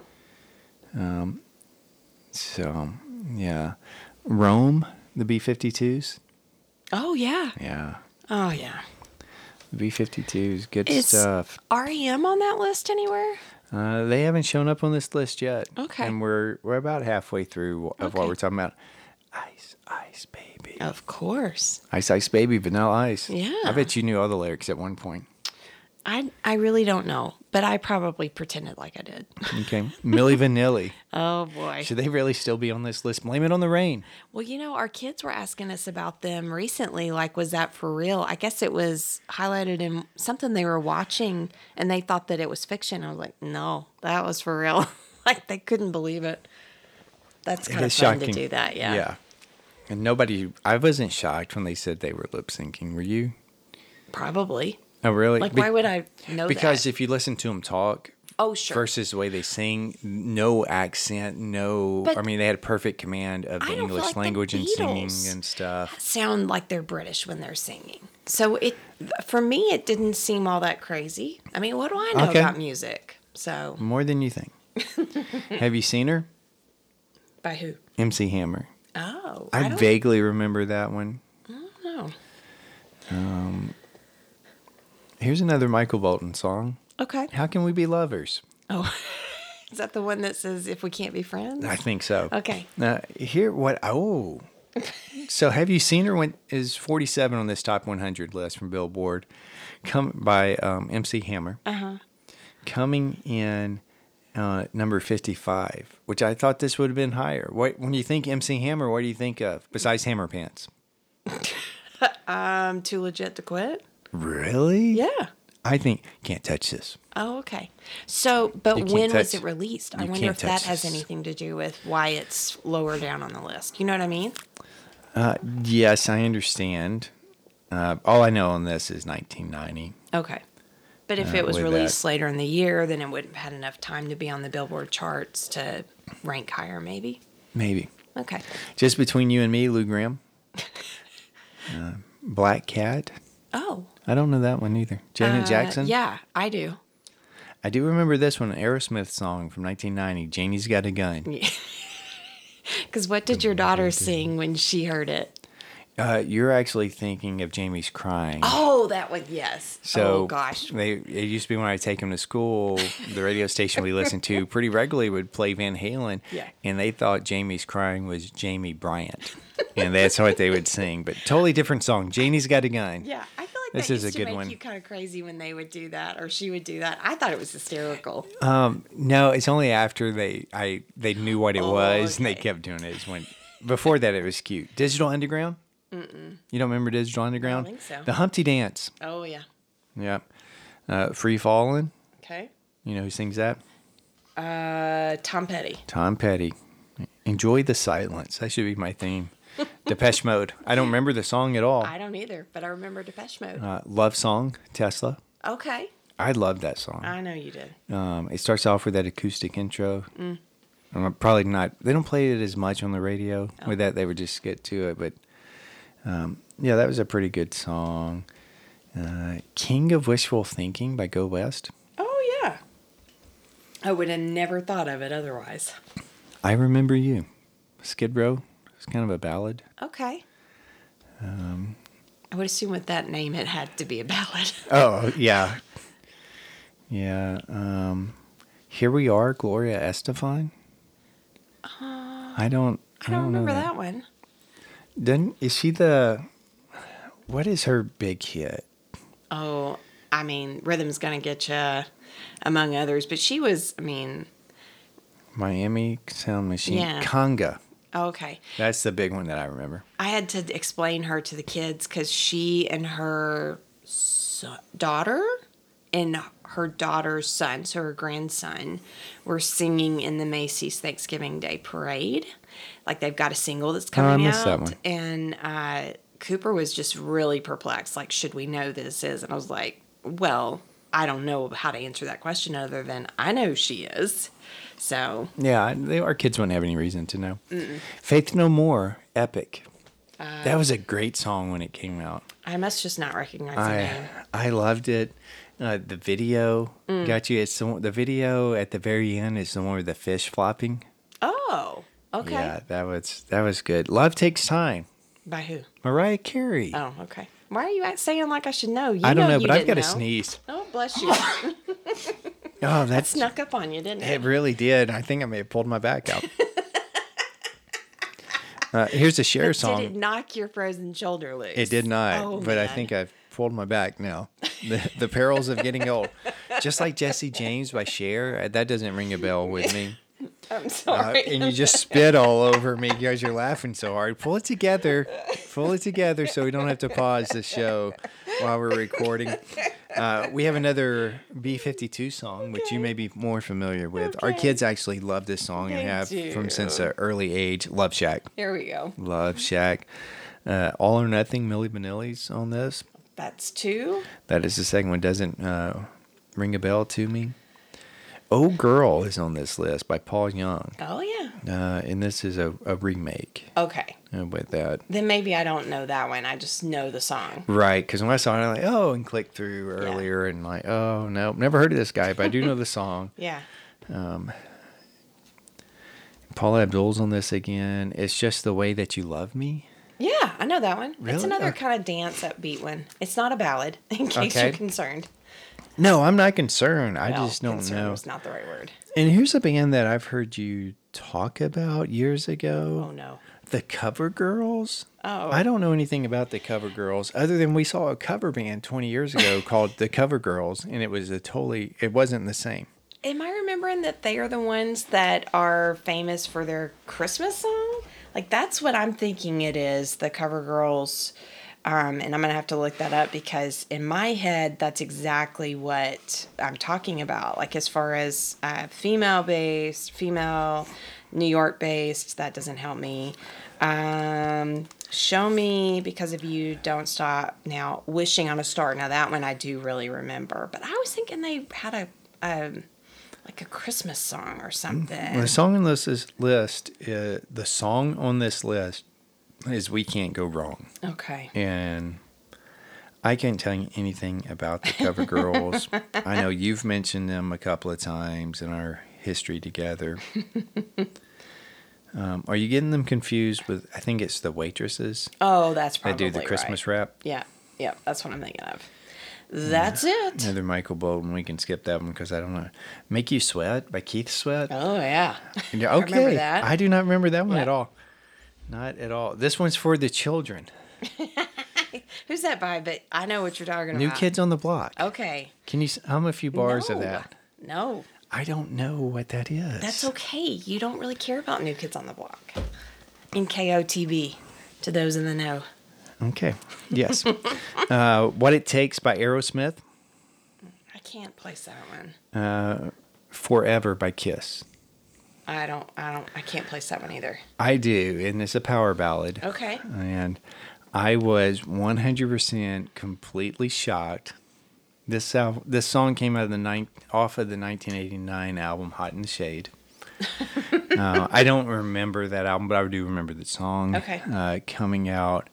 S1: So, yeah. Rome, the B 52s.
S2: oh yeah.
S1: Yeah.
S2: Oh yeah.
S1: B 52s, good
S2: Is
S1: stuff.
S2: REM on that list anywhere?
S1: Uh, they haven't shown up on this list yet.
S2: Okay.
S1: And we're we're about halfway through of what
S2: Okay.
S1: we're talking about. Ice, ice, baby.
S2: Of course.
S1: Ice, ice, baby, vanilla ice. I
S2: Yeah.
S1: bet you knew all the lyrics at one point.
S2: I I really don't know, but I probably pretended like I did.
S1: Okay. Millie Vanilli.
S2: Oh boy.
S1: Should they really still be on this list? Blame it on the rain.
S2: Well, you know, our kids were asking us about them recently. Like, was that for real? I guess it was highlighted in something they were watching and they thought that it was fiction. I was like, no, that was for real. like, they couldn't believe it. That's kind of
S1: It's
S2: fun to do that. Yeah.
S1: Yeah. And nobody, I wasn't shocked when they said they were lip syncing. Were you?
S2: Probably.
S1: Oh, really?
S2: Like,
S1: Be-
S2: why would I know
S1: Because
S2: that?
S1: if you listen to them talk
S2: oh, sure.
S1: versus the way they sing, no accent, no.
S2: But-
S1: I mean, they had a perfect command of the
S2: I don't feel
S1: English
S2: like the
S1: language and
S2: Beatles.
S1: singing and stuff.
S2: sound like they're British when they're singing. So it, for me, it didn't seem all that crazy. I mean, what do I know
S1: Okay.
S2: about music? So
S1: More than you think. Have you seen her?
S2: by who?
S1: MC Hammer.
S2: Oh,
S1: I,
S2: I don't
S1: vaguely remember that one.
S2: know.
S1: Here's another Michael Bolton song.
S2: Okay.
S1: How can we be lovers?
S2: Oh, is that the one that says if we can't be friends?
S1: I think so.
S2: Okay.
S1: Now, here, what? Oh. so, have you seen her? When is 47 on this top 100 list from Billboard? Come by um, MC Hammer. Uh
S2: Uh-huh.
S1: huh. Coming in uh, number 55, which I thought this would have been higher. What when you think MC Hammer, what do you think of besides Hammer Pants?
S2: I'm too legit to quit.
S1: Really?
S2: Yeah.
S1: I think can't touch this.
S2: Oh, okay. So, but
S1: You can't
S2: when was
S1: touch-
S2: it released? I
S1: you
S2: wonder
S1: can't
S2: if that
S1: touch
S2: has
S1: this.
S2: anything to do with why it's lower down on the list. You know what I mean?
S1: Yes, I understand. Uh, all I know on this is 1990.
S2: Okay. But if it was
S1: Uh, way
S2: released
S1: back.
S2: later in the year, then it wouldn't have had enough time to be on the Billboard charts to rank higher, maybe.
S1: Maybe.
S2: Okay.
S1: Just between you and me, Lou Graham. uh, Black Cat.
S2: Oh,
S1: I don't know that one either. Janet
S2: uh,
S1: Jackson.
S2: Yeah, I do.
S1: I do remember this one, an Aerosmith song from 1990. Janie's Got a Gun.
S2: Because what did your daughter sing when she heard it?
S1: Uh, you're actually thinking of Jamie's crying.
S2: Oh, that was yes.
S1: So
S2: oh gosh.
S1: they it used to be when I take them to school, the radio station we listened to pretty regularly would play Van Halen,
S2: Yeah.
S1: and they thought Jamie's crying was Jamie Bryant, and that's what they would sing, but totally different song. Janie's got a gun.
S2: Yeah, I feel like
S1: This
S2: that
S1: is
S2: used
S1: a
S2: to
S1: good
S2: make
S1: one.
S2: you kind of crazy when they would do that or she would do that. I thought it was hysterical.
S1: No, it's only after they I they knew what it
S2: Oh,
S1: was and they
S2: okay.
S1: kept doing it. It's when before that it was cute. Digital Underground. Mm-mm. You don't remember Digital Underground?
S2: think so.
S1: The Humpty Dance.
S2: oh yeah.
S1: Yeah. Uh, Free Falling.
S2: Okay.
S1: You know who sings that?
S2: Uh, Tom Petty.
S1: Tom Petty. Enjoy the silence. That should be my theme. Depeche Mode. I don't remember the song at all.
S2: I don't either, but I remember Depeche Mode.
S1: Uh, love song. Tesla.
S2: okay.
S1: I love that song.
S2: I know you did.
S1: Um, it starts off with that acoustic intro.
S2: Mm.
S1: Um, probably not. They don't play it as much on the radio.
S2: Oh.
S1: With that, they would just get to it. But um, yeah, that was a pretty good song. Uh, King of Wishful Thinking by Go West.
S2: Oh yeah. I would have never thought of it otherwise.
S1: I remember you. Skid Row. It's kind of a ballad.
S2: Okay. Um,
S1: Um.
S2: I would assume with that name, it had to be a ballad.
S1: Oh yeah, yeah. Um, here we are, Gloria Estefan. I don't.
S2: Uh, I don't remember
S1: know
S2: that. one.
S1: Then is she the? What is her big hit?
S2: Oh, I mean, Rhythm's Gonna Get Ya, among others. But she was, I mean,
S1: Miami Sound Machine.
S2: Yeah.
S1: Conga.
S2: okay.
S1: That's the big one that I remember.
S2: I had to explain her to the kids because she and her so- daughter and her daughter's son, so her grandson, were singing in the Macy's Thanksgiving Day Parade. Like they've got a single that's
S1: Oh, I
S2: coming
S1: missed that
S2: out,
S1: one.
S2: and uh, Cooper was just really perplexed. Like, should we know this is? And I was like, well. I don't know how to answer that question other than I know she is. So,
S1: Yeah, I- they, our kids wouldn't have any reason to know. Faith No More. Epic.
S2: Uh,
S1: that was a great song when it came out.
S2: I must just not recognize the
S1: I
S2: name.
S1: I loved it. Uh, the video
S2: Mm.
S1: got you. It's the, one- the video at the very end is the one with the fish flopping.
S2: Oh, okay.
S1: Yeah, that was that was good. Love takes time.
S2: By who?
S1: Mariah Carey.
S2: Oh, okay. Why are you act- saying like I should know? You
S1: I don't know,
S2: you
S1: but I've got
S2: didn't
S1: to
S2: know.
S1: sneeze.
S2: Oh, bless you.
S1: Oh, that's
S2: Snuck up on you, didn't
S1: it.
S2: it?
S1: Really did. I think I may have pulled my back out. uh, here's a share song.
S2: Did it knock your frozen shoulder loose?
S1: It did not,
S2: Oh,
S1: but I
S2: man.
S1: think I've pulled my back now. The, the perils of getting old, just like Jesse James by Cher. uh, That doesn't ring a bell with me.
S2: I'm
S1: Uh,
S2: sorry.
S1: and you just spit all over me because you're laughing so hard. Pull it together. Pull it together so we don't have to pause the show while we're recording. Uh, we have another B 52 song, which you may be more familiar with. Our
S2: Okay.
S1: kids actually love this song
S2: They
S1: and have
S2: do.
S1: from since an early age. Love Shack.
S2: Here we go.
S1: Love Shack. Uh, all or Nothing, Millie Vanilli's on this.
S2: That's two.
S1: That is the second one. Doesn't uh, ring a bell to me. Oh Girl is on this list by Paul Young.
S2: Oh, yeah.
S1: Uh, and this is a, a remake
S2: Okay.
S1: uh, with that.
S2: Then maybe I don't know that one. I just know the song.
S1: Right. Because when I saw it, I'm like, oh, and clicked through earlier and like, oh, no, never heard of this guy, but I do know the song.
S2: Yeah.
S1: Paula Abdul's on this again. It's just the way that you love me.
S2: Yeah, I know that one. It's
S1: Really? Oh.
S2: another
S1: Okay.
S2: kind of dance upbeat one. It's not a ballad, in case
S1: Okay.
S2: you're concerned.
S1: No, I'm not concerned. I
S2: Well,
S1: just don't
S2: concerned
S1: know.
S2: was not the right word.
S1: And here's a band that I've heard you talk about years ago.
S2: Oh, no.
S1: The Cover Girls.
S2: Oh.
S1: I don't know anything about the Cover Girls other than we saw a cover band 20 years ago called the Cover Girls, and it was a totally, it wasn't the same.
S2: Am I remembering that they are the ones that are famous for their Christmas song? Like that's what I'm thinking it is, the cover girls. Um, and I'm gonna have to look that up because in my head, that's exactly what I'm talking about. Like as far as uh, female based, female New York based, that doesn't help me. Um, show me because of you, don't stop now. Wishing on a star. Now that one I do really remember, but I was thinking they had a um, like a Christmas song
S1: Mm-hmm.
S2: or something.
S1: The song on this is- list, uh, the song on this list is We Can't Go Wrong.
S2: Okay.
S1: and I can't tell you anything about the Cover Girls. I know you've mentioned them a couple of times in our history together. um, are you getting them confused with? I think it's the waitresses
S2: Oh, that's
S1: that
S2: probably
S1: do the Christmas
S2: right.
S1: wrap.
S2: Yeah, yeah, that's what I'm thinking of. That's it.
S1: Another Michael Bolton. We can skip that one because I don't know. Make you sweat by Keith Sweat.
S2: Oh yeah.
S1: And you're,
S2: I
S1: okay,
S2: remember that.
S1: I do not remember that one
S2: Yeah.
S1: at all. Not at all. This one's for the children.
S2: Who's that by? But I know what you're talking
S1: New
S2: about.
S1: Kids on the Block.
S2: Okay.
S1: Can you s- hum a few bars of
S2: Oh. No.
S1: that?
S2: No,
S1: I don't know what that is.
S2: that's okay. You don't really care about New Kids on the Block. In KOTB, to those in the know.
S1: Okay. Yes. uh, what It Takes by Aerosmith.
S2: I can't place that one.
S1: Forever by Kiss.
S2: I don't. I don't. I can't place that one either.
S1: I do, and it's a power ballad.
S2: Okay.
S1: And I was 100% completely shocked. This al- this song came out of the nine- off of the 1989 album Hot in the Shade. uh, I don't remember that album, but I do remember the song
S2: Okay.
S1: uh, coming out.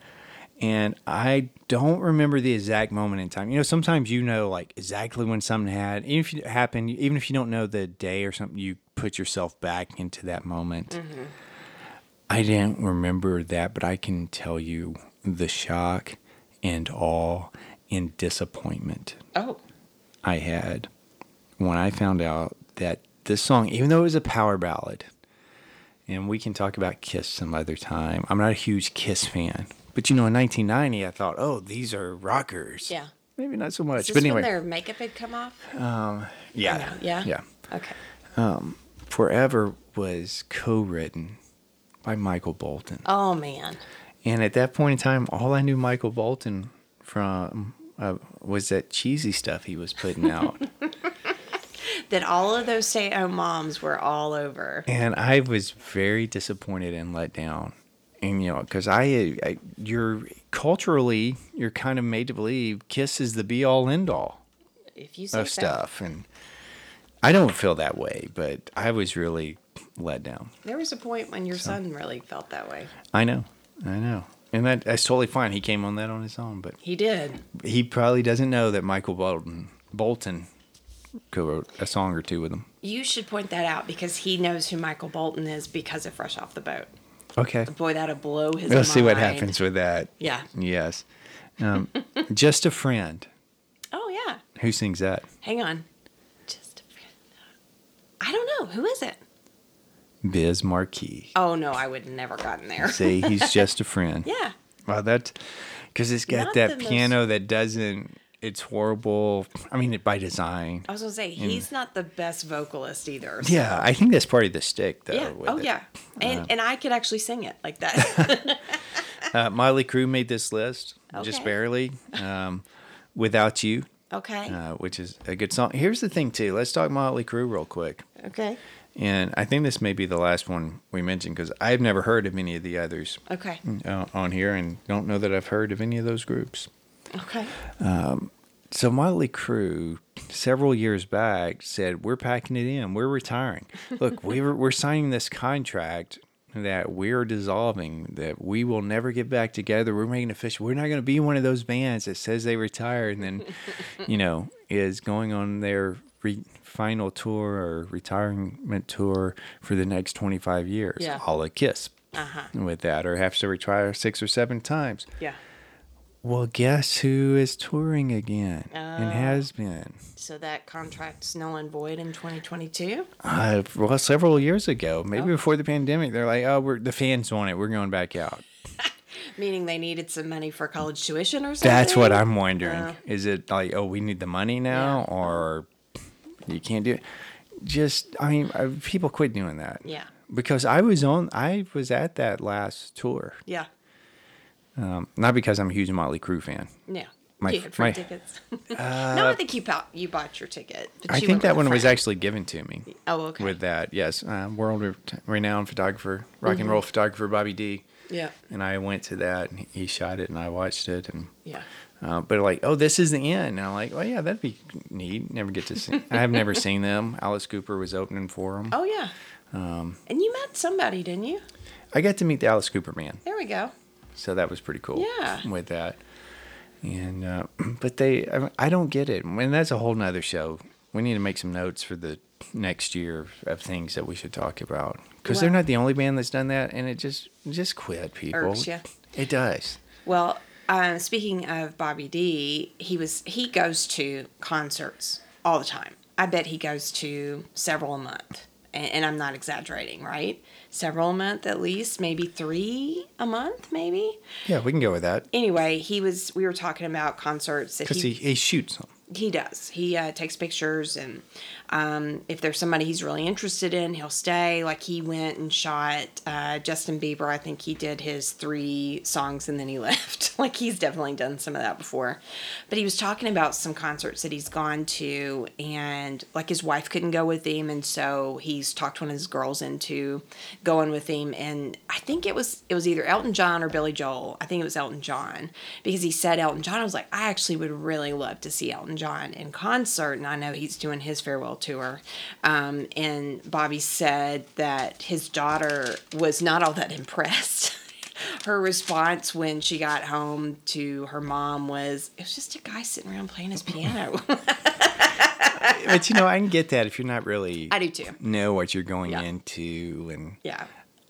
S1: And I don't remember the exact moment in time. You know, sometimes you know like exactly when something had, even if it happened, even if you don't know the day or something, you put yourself back into that moment. I didn't remember that, but I can tell you the shock and awe and disappointment
S2: Oh.
S1: I had when I found out that this song, even though it was a power ballad, and we can talk about Kiss some other time. I'm not a huge Kiss fan, but you know, in 1990, I thought, oh, these are rockers.
S2: Yeah.
S1: Maybe not so much,
S2: Is this
S1: but
S2: when
S1: anyway,
S2: their makeup had come off?
S1: yeah,
S2: Yeah.
S1: yeah.
S2: Okay.
S1: Forever was co-written by Michael Bolton.
S2: Oh man.
S1: And at that point in time, all I knew Michael Bolton from uh, was that cheesy stuff he was putting out.
S2: that all of those stay-at-home moms were all over.
S1: and I was very disappointed and let down. And you know, because I, I, you're culturally, you're kind of made to believe Kiss is the be all end all
S2: If you say
S1: of
S2: so.
S1: stuff, and I don't feel that way. But I was really let down.
S2: There was a point when your son really felt that way.
S1: I know, I know, and that that's totally fine. He came on that on his own, but
S2: He did.
S1: he probably doesn't know that Michael Bolton Bolton co-wrote a song or two with him.
S2: You should point that out because he knows who Michael Bolton is because of Fresh Off the Boat.
S1: Okay,
S2: Boy, that'll blow his
S1: we'll
S2: mind.
S1: see what happens with that.
S2: Yeah.
S1: Yes, um, just a friend.
S2: Oh yeah.
S1: Who sings that?
S2: Hang on. Just a friend. I don't know. Who is it?
S1: Biz Marquee.
S2: Oh no, I would never gotten there.
S1: Say he's just a friend.
S2: yeah.
S1: Wow, that's because it's got
S2: Not the
S1: that
S2: most-
S1: piano that doesn't. It's horrible. I mean, it by design.
S2: I was gonna say he's not the best vocalist either. so-
S1: Hmm. Yeah, I think that's part of the stick, though.
S2: Yeah.
S1: with
S2: Oh
S1: it.
S2: yeah. And and I could actually sing it like that.
S1: Uh, Miley Crew made this list just
S2: Okay.
S1: barely. Um, Without You,
S2: okay.
S1: uh, which is a good song. Here's the thing, too. Let's talk Motley Crue real quick.
S2: okay.
S1: And I think this may be the last one we mentioned because I've never heard of any of the others
S2: Okay.
S1: uh, on here and don't know that I've heard of any of those groups.
S2: Okay.
S1: So Motley Crue, several years back, said, "We're packing it in. We're retiring. Look, we're we're signing this contract that we're dissolving. That we will never get back together. We're making it official. We're not going to be one of those bands that says they retire and then, you know, is going on their re- final tour or retirement tour for the next twenty five years.
S2: Yeah.
S1: All a kiss." With that, or have to retire six or seven times.
S2: Yeah.
S1: Well, guess who is touring again
S2: Oh.
S1: and has been?
S2: So that contract's null and void in 2022.
S1: Uh, well, several years ago, maybe
S2: Oh.
S1: before the pandemic, they're like, "Oh, we're the fans want it. We're going back out."
S2: Meaning they needed some money for college tuition or something.
S1: That's what I'm wondering. Is it like, "Oh, we need the money now," or you can't do it? Just, I mean, I, people quit doing that.
S2: Yeah.
S1: Because I was on, I was at that last tour.
S2: Yeah.
S1: Not because I'm a huge Motley Crue fan.
S2: Yeah.
S1: My-
S2: you had free
S1: my- uh,
S2: tickets. no, I think you bought you bought your ticket. but
S1: I
S2: you
S1: think
S2: went with
S1: that
S2: a
S1: one was
S2: friend.
S1: actually given to me.
S2: Oh, okay.
S1: With that, yes, uh, world re- renowned photographer, rock
S2: Mm-hmm.
S1: and roll photographer Bobby D.
S2: Yeah.
S1: and I went to that and he shot it and I watched it and
S2: Yeah.
S1: uh, but like oh this is the end and I'm like oh yeah that'd be neat never get to see I have never seen them Alice Cooper was opening for them
S2: Oh yeah. Um, and you met somebody, didn't you?
S1: I got to meet the Alice Cooper man
S2: There we go.
S1: so that was pretty cool
S2: Yeah.
S1: with that and uh, but they I, I don't get it and that's a whole nother show we need to make some notes for the next year of things that we should talk about because they're
S2: Well-
S1: not the only band that's done that and it just just quit people
S2: Irks ya.
S1: it does
S2: Well, um, speaking of Bobby D, he was he goes to concerts all the time. I bet he goes to several a month, and, and I'm not exaggerating, right? Several a month at least, maybe three a month, maybe.
S1: yeah we can go with that
S2: Anyway, he was. We were talking about concerts that
S1: because he, he shoots them
S2: He does. He uh, takes pictures, and um, if there's somebody he's really interested in, he'll stay. Like he went and shot uh, Justin Bieber. I think he did his three songs and then he left. like he's definitely done some of that before. But he was talking about some concerts that he's gone to, and like his wife couldn't go with him, and so he's talked one of his girls into going with him. And I think it was it was either Elton John or Billy Joel. I think it was Elton John because he said Elton John. I was like, I actually would really love to see Elton John in concert, and I know he's doing his farewell tour. Um, and Bobby said that his daughter was not all that impressed. her response when she got home to her mom was, "It was just a guy sitting around playing his piano."
S1: but you know, I can get that if you're not really
S2: I do too.
S1: know what you're going
S2: Yeah.
S1: into, and
S2: Yeah,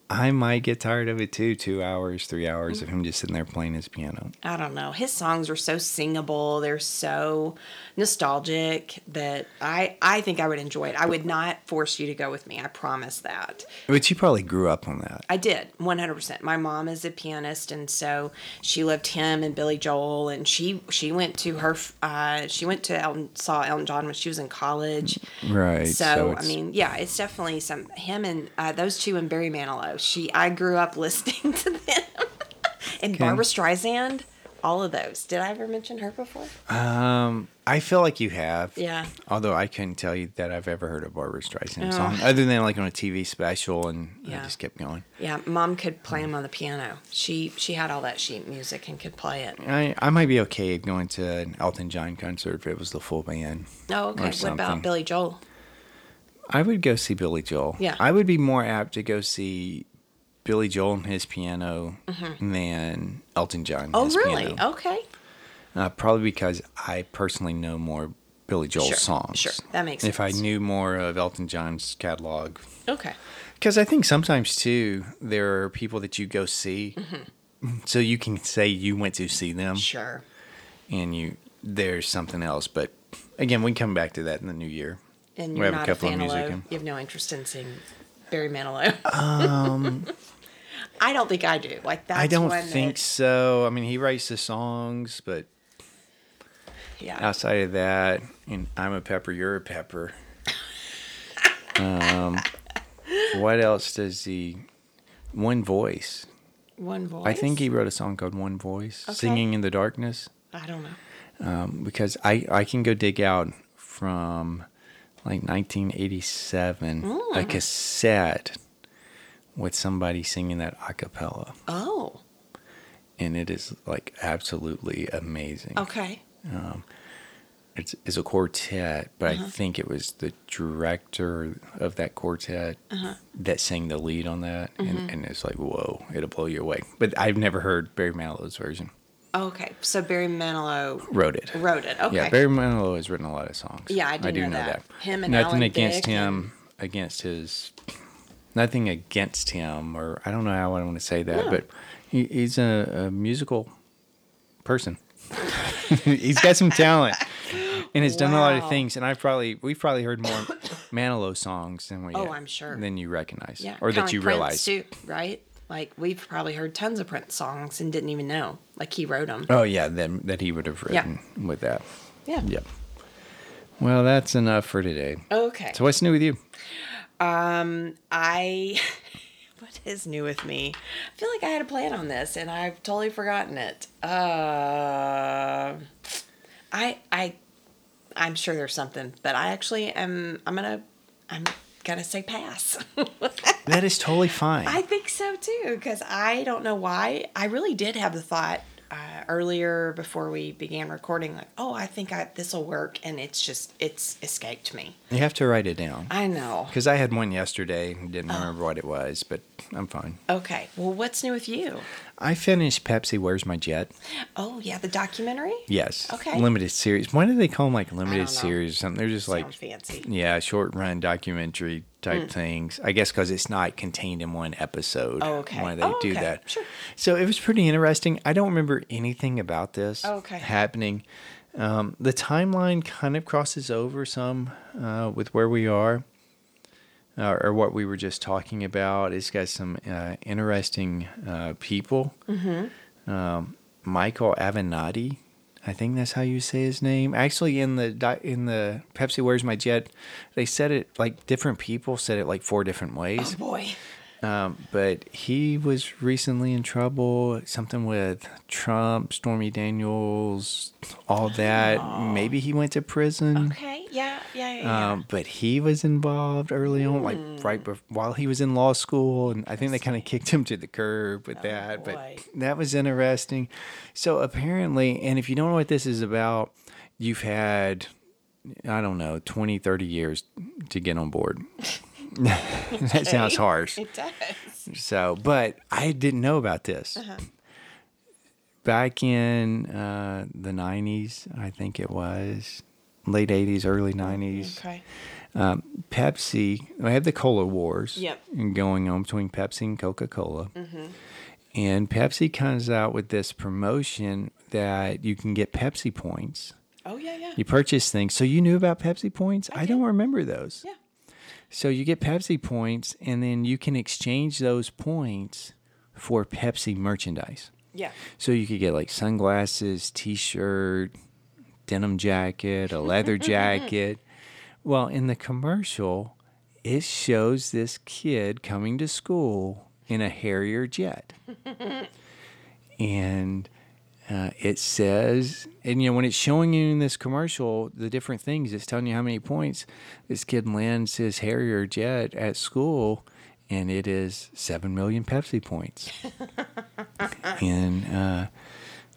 S1: I might get tired of it too. Two hours, three hours
S2: Mm-hmm.
S1: of him just sitting there playing his piano.
S2: I don't know. His songs are so singable. They're so nostalgic that I I think I would enjoy it. I would not force you to go with me. I promise that.
S1: But you probably grew up on that.
S2: I did 100%. My mom is a pianist and so she loved him and Billy Joel and she she went to her f- uh she went to Elton saw Elton John when she was in college.
S1: Right.
S2: So, I
S1: it's-
S2: mean, yeah, it's definitely some him and uh, those two and Barry Manilow. She I grew up listening to them. and Barbara Streisand, all of those. Did I ever mention her before?
S1: um, I feel like you have.
S2: Yeah.
S1: Although I couldn't tell you that I've ever heard a Barbara Streisand song, other than like on a TV special, and I
S2: Yeah.
S1: just kept going.
S2: Yeah, mom could play him on the piano. She she had all that sheet music and could play it.
S1: I, I might be okay going to an Elton John concert if it was the full band.
S2: Oh, okay. What
S1: something.
S2: about Billy Joel?
S1: I would go see Billy Joel.
S2: Yeah.
S1: I would be more apt to go see Billy Joel and his piano than Elton John. and
S2: Mm-hmm. Oh,
S1: his
S2: really? Oh.
S1: piano.
S2: Okay.
S1: Uh, probably because I personally know more Billy Joel
S2: Sure,
S1: songs.
S2: sure. That makes
S1: If I
S2: sense.
S1: knew more of Elton John's catalog,
S2: Okay.
S1: because I think sometimes too there are people that you go see,
S2: Mm-hmm.
S1: so you can say you went to see them,
S2: Sure.
S1: and you there's something else. But again, we can come back to that in the new year.
S2: And
S1: We
S2: you're
S1: have a
S2: not a,
S1: couple of music
S2: Manilow.
S1: in-
S2: You have no interest in seeing Barry Manilow. Um, I don't think I do. Like that's
S1: I don't
S2: one
S1: think so. I mean, he writes the songs, but
S2: That, yeah.
S1: outside of that, and I'm a pepper, you're a pepper. um, what else does he? One voice.
S2: One voice.
S1: I think he wrote a song called One Voice, Singing in the Darkness,
S2: I don't know.
S1: because I I can go dig out from like 1987 a cassette with somebody singing that a cappella.
S2: Oh.
S1: and it is like absolutely amazing.
S2: Okay.
S1: It's, it's a quartet, but I think it was the director of that quartet that sang the lead on that, and, and it's like whoa, it'll blow you away. But I've never heard Barry Manilow's version.
S2: Okay. So Barry Manilow
S1: Wrote it.
S2: wrote it. Okay.
S1: Yeah, Barry Manilow has written a lot of songs.
S2: Yeah, I do know that. Him and
S1: nothing
S2: Alan
S1: against
S2: Thicke
S1: him, against his, nothing against him, or I don't know how I want to say that,
S2: No.
S1: but he, he's a, a musical person. he's got some talent, and has done a lot of
S2: Wow.
S1: things. And I've probably we've probably heard more Manilow songs than we
S2: Oh, I'm sure.
S1: than you recognize
S2: Yeah.
S1: or
S2: kinda
S1: that
S2: like
S1: you
S2: Prince,
S1: realize.
S2: too, right? Like we've probably heard tons of Prince songs and didn't even know. Like he wrote them.
S1: Oh yeah, that that he would have
S2: Yeah.
S1: written with that.
S2: Yeah.
S1: Yep. Well, that's enough for today.
S2: Okay.
S1: So what's new with you?
S2: I what is new with me? I feel like I had a plan on this and I've totally forgotten it. Uh, I I I'm sure there's something, but I actually am I'm gonna I'm gonna say pass.
S1: That is totally fine.
S2: I think so too, because I don't know why. I really did have the thought uh, earlier before we began recording, like, oh, I think I this will work, and it's just it's escaped me.
S1: you have to write it down
S2: I know.
S1: because I had one yesterday and didn't
S2: Oh.
S1: remember what it was, but I'm fine.
S2: Okay, well, what's new with you?
S1: I finished Pepsi. Where's my jet?
S2: Oh yeah, the documentary.
S1: Yes.
S2: Okay.
S1: Limited series. Why do they call them like
S2: know.
S1: limited series or something? They're just like
S2: Sound fancy.
S1: yeah, short run documentary
S2: Mm.
S1: type things. I guess because it's not contained in one episode.
S2: Oh, okay.
S1: Why they
S2: Oh,
S1: do
S2: okay.
S1: that?
S2: Sure.
S1: So it was pretty interesting. I don't remember anything about this
S2: Okay.
S1: happening. Um, the timeline kind of crosses over some uh, with where we are. Uh, or what we were just talking about. It's got some uh, interesting uh, people. Um, Michael Avenatti. I think that's how you say his name. Actually, in the di- in the Pepsi Where's My Jet, they said it like different people said it like four different ways.
S2: Oh, Boy.
S1: Um, but he was recently in trouble, something with Trump, Stormy Daniels, all that. Maybe he went to prison.
S2: Okay. Hmm. Yeah. Yeah. Yeah. yeah.
S1: Hmm. Um, but he was involved early on, like right bef- while he was in law school, and I think they kind of kicked him to the curb with that.
S2: Oh, boy.
S1: But that was interesting. So apparently, and if you don't know what this is about, you've had I don't know 20, 30 years to get on board. that sounds harsh.
S2: it does.
S1: So, but I didn't know about this.
S2: Uh-huh.
S1: Back in uh, the 90s, I think it was, late 80s, early 90s,
S2: Okay.
S1: Pepsi, we had the cola wars
S2: Yep. Mm-hmm.
S1: going on between Pepsi and Coca Cola. And Pepsi comes out with this promotion that you can get Pepsi points.
S2: Oh yeah. Yeah.
S1: You purchase things. So you knew about Pepsi points? I,
S2: did.
S1: don't remember those.
S2: Yeah.
S1: So you get Pepsi points, and then you can exchange those points for Pepsi merchandise.
S2: Yeah.
S1: So you could get like sunglasses, t-shirt, denim jacket, a leather jacket. Well, in the commercial, it shows this kid coming to school in a Harrier jet. and uh, it says, and you know, when it's showing you in this commercial, the different things, it's telling you how many points this kid lands his Harrier jet at school, and it is 7 million Pepsi points in uh,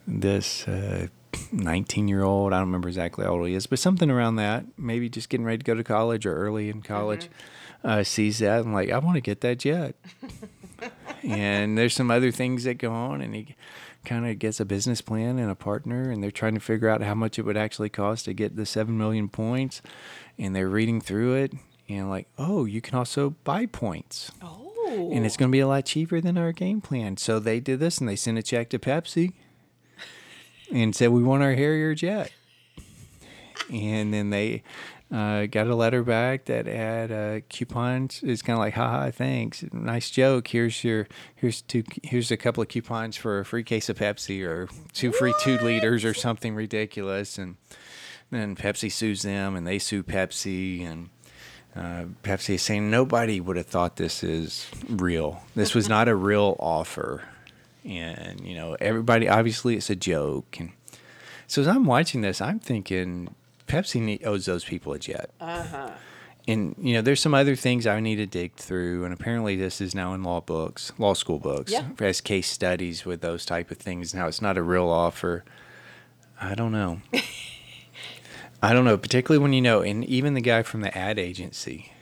S1: this uh, 19 year old. I don't remember exactly how old he is, but something around that. Maybe just getting ready to go to college or early in college. Uh, sees that and like, I want to get that jet. and there's some other things that go on, and he kind of gets a business plan and a partner, and they're trying to figure out how much it would actually cost to get the seven million points, and they're reading through it. And like, oh, you can also buy points
S2: Oh.
S1: and it's going to be a lot cheaper than our game plan. So they did this and they sent a check to Pepsi and said, We want our Harrier jet. And then they uh, got a letter back that had uh, coupons. It's kind of like, haha, thanks, nice joke. Here's your, here's two, here's a couple of coupons for a free case of Pepsi or two free two liters or something ridiculous. And then Pepsi sues them, and they sue Pepsi, and uh, Pepsi is saying nobody would have thought this is real. This was not a real offer, and you know everybody. Obviously, it's a joke. And so as I'm watching this, I'm thinking Pepsi ne- owes those people a jet. Uh huh. and you know, there's some other things I need to dig through, and apparently this is now in law books, law school books,
S2: Yeah.
S1: as case studies with those type of things. Now it's not a real offer. I don't know. I don't know, particularly when you know, and even the guy from the ad agency,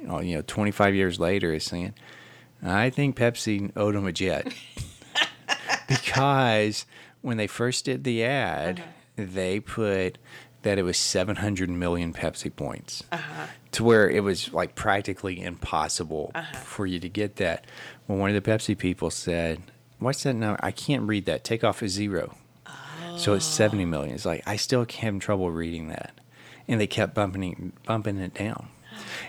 S1: you know, you know, 25 years later is saying, I think Pepsi owed him a jet. because when they first did the ad, they put that it was 700 million Pepsi points to where it was like practically impossible for you to get that. When one of the Pepsi people said, What's that number? I can't read that. Take off a zero. So it's 70 million. It's like, I still having trouble reading that. And they kept bumping it, bumping it down.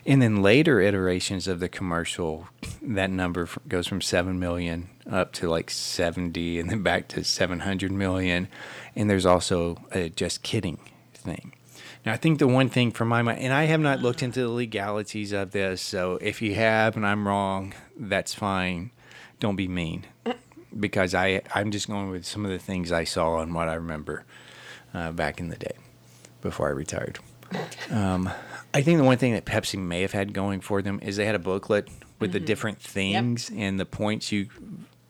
S1: And then later iterations of the commercial, that number f- goes from 7 million up to like 70 and then back to 700 million. And there's also a just kidding thing. Now, I think the one thing from my mind, and I have not looked into the legalities of this, so if you have and I'm wrong, that's fine. Don't be mean because I, I'm just going with some of the things I saw and what I remember uh, back in the day before I retired. Um, I think the one thing that Pepsi may have had going for them is they had a booklet with
S2: Mm-hmm.
S1: the different things and the points you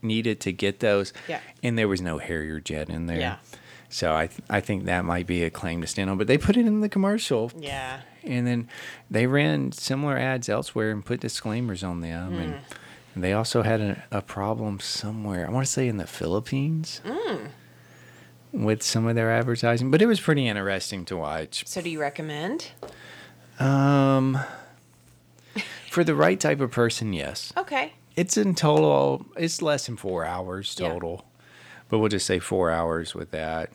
S1: needed to get those.
S2: Yeah.
S1: And there was no Harrier jet in there.
S2: Yeah.
S1: So I th- I think that might be a claim to stand on, but they put it in the commercial.
S2: Yeah.
S1: And then they ran similar ads elsewhere and put disclaimers on them. And, and they also had a, a problem somewhere. I want to say in the Philippines with some of their advertising, but it was pretty interesting to watch.
S2: So do you recommend?
S1: For the right type of person, yes.
S2: Okay.
S1: It's in total, it's less than four hours
S2: Yeah.
S1: total, but we'll just say four hours with that.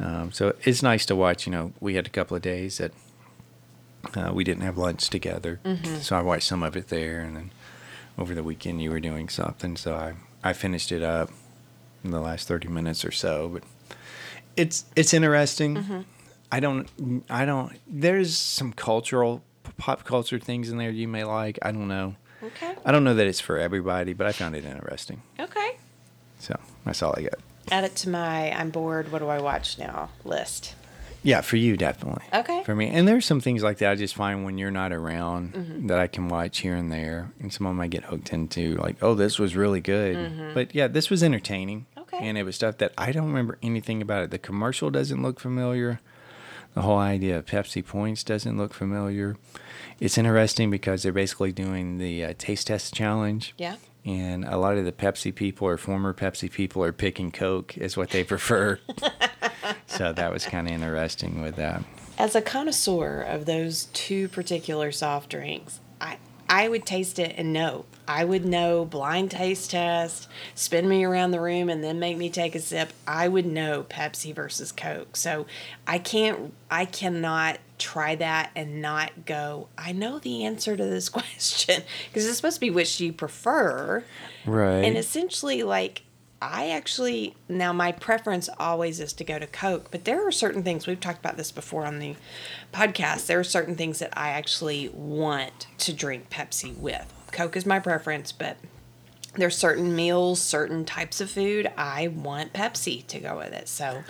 S1: Um, so it's nice to watch. You know, we had a couple of days that uh, we didn't have lunch together. So I watched some of it there. And then over the weekend, you were doing something. So I, I finished it up in the last 30 minutes or so. But it's it's interesting. I don't I don't there's some cultural pop culture things in there you may like. I don't know.
S2: Okay.
S1: I don't know that it's for everybody, but I found it interesting.
S2: Okay.
S1: So that's all I got.
S2: Add it to my I'm bored, what do I watch now list.
S1: Yeah, for you definitely.
S2: Okay.
S1: For me, and there's some things like that I just find when you're not around
S2: Mm-hmm.
S1: that I can watch here and there, and some of them I get hooked into. Like, oh, this was really good. But yeah, this was entertaining.
S2: Mm-hmm. Okay.
S1: And it was stuff that I don't remember anything about it. The commercial doesn't look familiar. The whole idea of Pepsi points doesn't look familiar. It's interesting because they're basically doing the uh, taste test challenge.
S2: Yeah.
S1: And a lot of the Pepsi people or former Pepsi people are picking Coke is what they prefer. so that was kind of interesting with that.
S2: As a connoisseur of those two particular soft drinks, I I would taste it and know. I would know blind taste test, spin me around the room and then make me take a sip. I would know Pepsi versus Coke. So I can't I cannot try that and not go, I know the answer to this question. Because it's supposed to be which do you prefer.
S1: Right.
S2: And essentially, like, I actually, now my preference always is to go to Coke, but there are certain things, we've talked about this before on the podcast, there are certain things that I actually want to drink Pepsi with. Coke is my preference, but there's certain meals, certain types of food, I want Pepsi to go with it. So,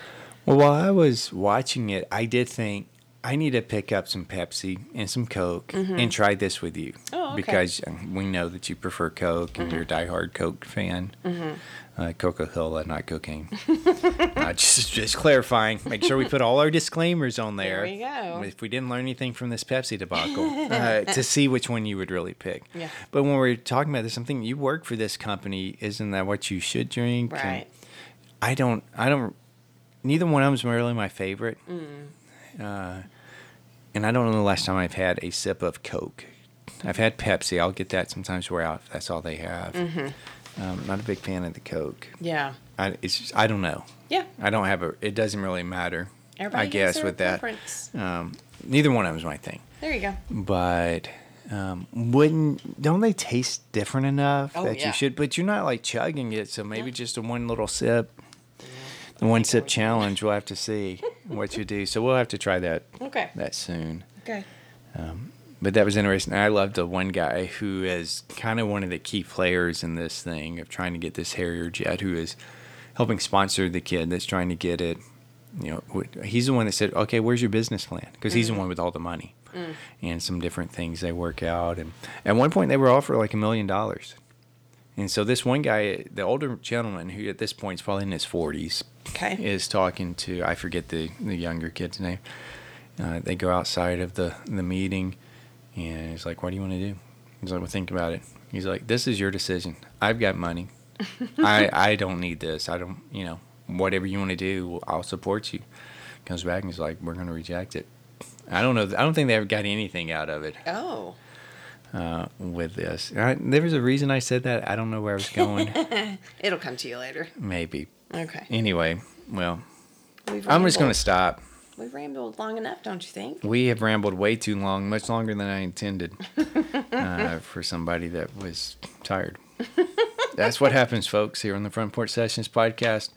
S1: well, while I was watching it, I did think I need to pick up some Pepsi and some Coke and try this with you.
S2: Mm-hmm. Oh, okay. Mm-hmm.
S1: Because uh, we know that you prefer Coke and you're a diehard Coke fan. Uh, Coca Cola, not cocaine. uh, just, just clarifying. Make sure we put all our disclaimers on there.
S2: we go.
S1: If we didn't learn anything from this Pepsi debacle, uh, to see which one you would really pick.
S2: Yeah.
S1: But when we're talking about this, I'm thinking you work for this company. Isn't that what you should drink? And
S2: Right.
S1: I don't. I don't. Neither one of them is really my favorite. Uh,
S2: Mm.
S1: and I don't know the last time I've had a sip of Coke. I've had Pepsi. I'll get that sometimes. We're out. if That's all they have.
S2: Mm-hmm.
S1: Um, not a big fan of the Coke.
S2: yeah.
S1: I, it's just, I don't know.
S2: Yeah.
S1: I don't have a. It doesn't really matter.
S2: Everybody
S1: I
S2: has
S1: guess
S2: their
S1: with that,
S2: preference.
S1: um, neither one of them is my thing.
S2: There you go.
S1: But um, wouldn't don't they taste different enough
S2: Oh,
S1: that
S2: yeah.
S1: you should? But you're not like chugging it, so maybe just a one little sip, the one sip challenge. We'll have to see what you do. So we'll have to try that
S2: Okay.
S1: that soon.
S2: Okay.
S1: But that was interesting. I loved the one guy who is kind of one of the key players in this thing of trying to get this Harrier jet, who is helping sponsor the kid that's trying to get it. You know, wh- he's the one that said, "Okay, where's your business plan?" Because he's the one with all the money. and some different things they work out. And at one point, they were offered like a million dollars. And so this one guy, the older gentleman who at this point is probably in his 40s,
S3: Okay.
S1: is talking to I forget the the younger kid's name. Uh, they go outside of the the meeting, and he's like, "What do you want to do?" He's like, "Well, think about it." He's like, "This is your decision. I've got money. I I don't need this. I don't you know whatever you want to do, I'll support you." Comes back and he's like, "We're going to reject it." I don't know. I don't think they ever got anything out of it
S3: Oh.
S1: uh, with this. And I, there was a reason I said that. I don't know where I was going.
S3: It'll come to you later.
S1: Maybe.
S3: Okay.
S1: Anyway, well,
S3: We've
S1: I'm just going
S3: rambled.
S1: to stop.
S3: We've rambled long enough, don't you think?
S1: We have rambled way too long, much longer than I intended uh, for somebody that was tired. That's what happens, folks, here on the Front Porch Sessions podcast.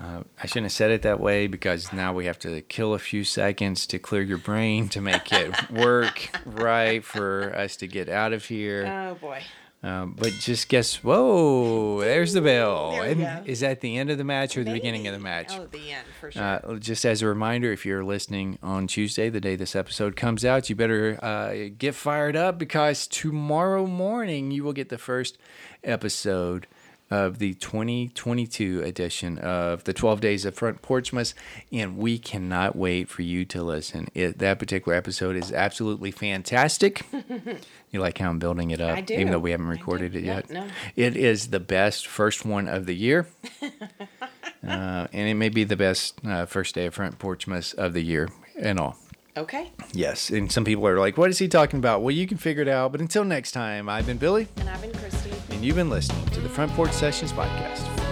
S1: Uh, I shouldn't have said it that way because now we have to kill a few seconds to clear your brain to make it work right for us to get out of here.
S3: Oh boy.
S1: Um, but just guess, whoa, there's the bell.
S3: There we
S1: And
S3: go.
S1: is that the end of the match or the beginning of the
S3: Maybe.
S1: match?
S3: Oh, the end for sure.
S1: Uh, just as a reminder, if you're listening on Tuesday, the day this episode comes out, you better uh, get fired up because tomorrow morning you will get the first episode of the 2022 edition of the 12 Days of Front Porchmas, and we cannot wait for you to listen. It, that particular episode is absolutely fantastic. you like how I'm building it up,
S3: I
S1: even though
S3: do.
S1: we haven't
S3: I do.
S1: recorded it
S3: No,
S1: yet.
S3: no.
S1: It is the best first one of the year. Uh, and it may be the best uh, first day of front porchmas of the year and all.
S3: okay.
S1: Yes, and some people are like, "What is he talking about?" Well, you can figure it out. But until next time, I've been Billy,
S3: And I've been Christy.
S1: and you've been listening to the Front Porch Sessions podcast.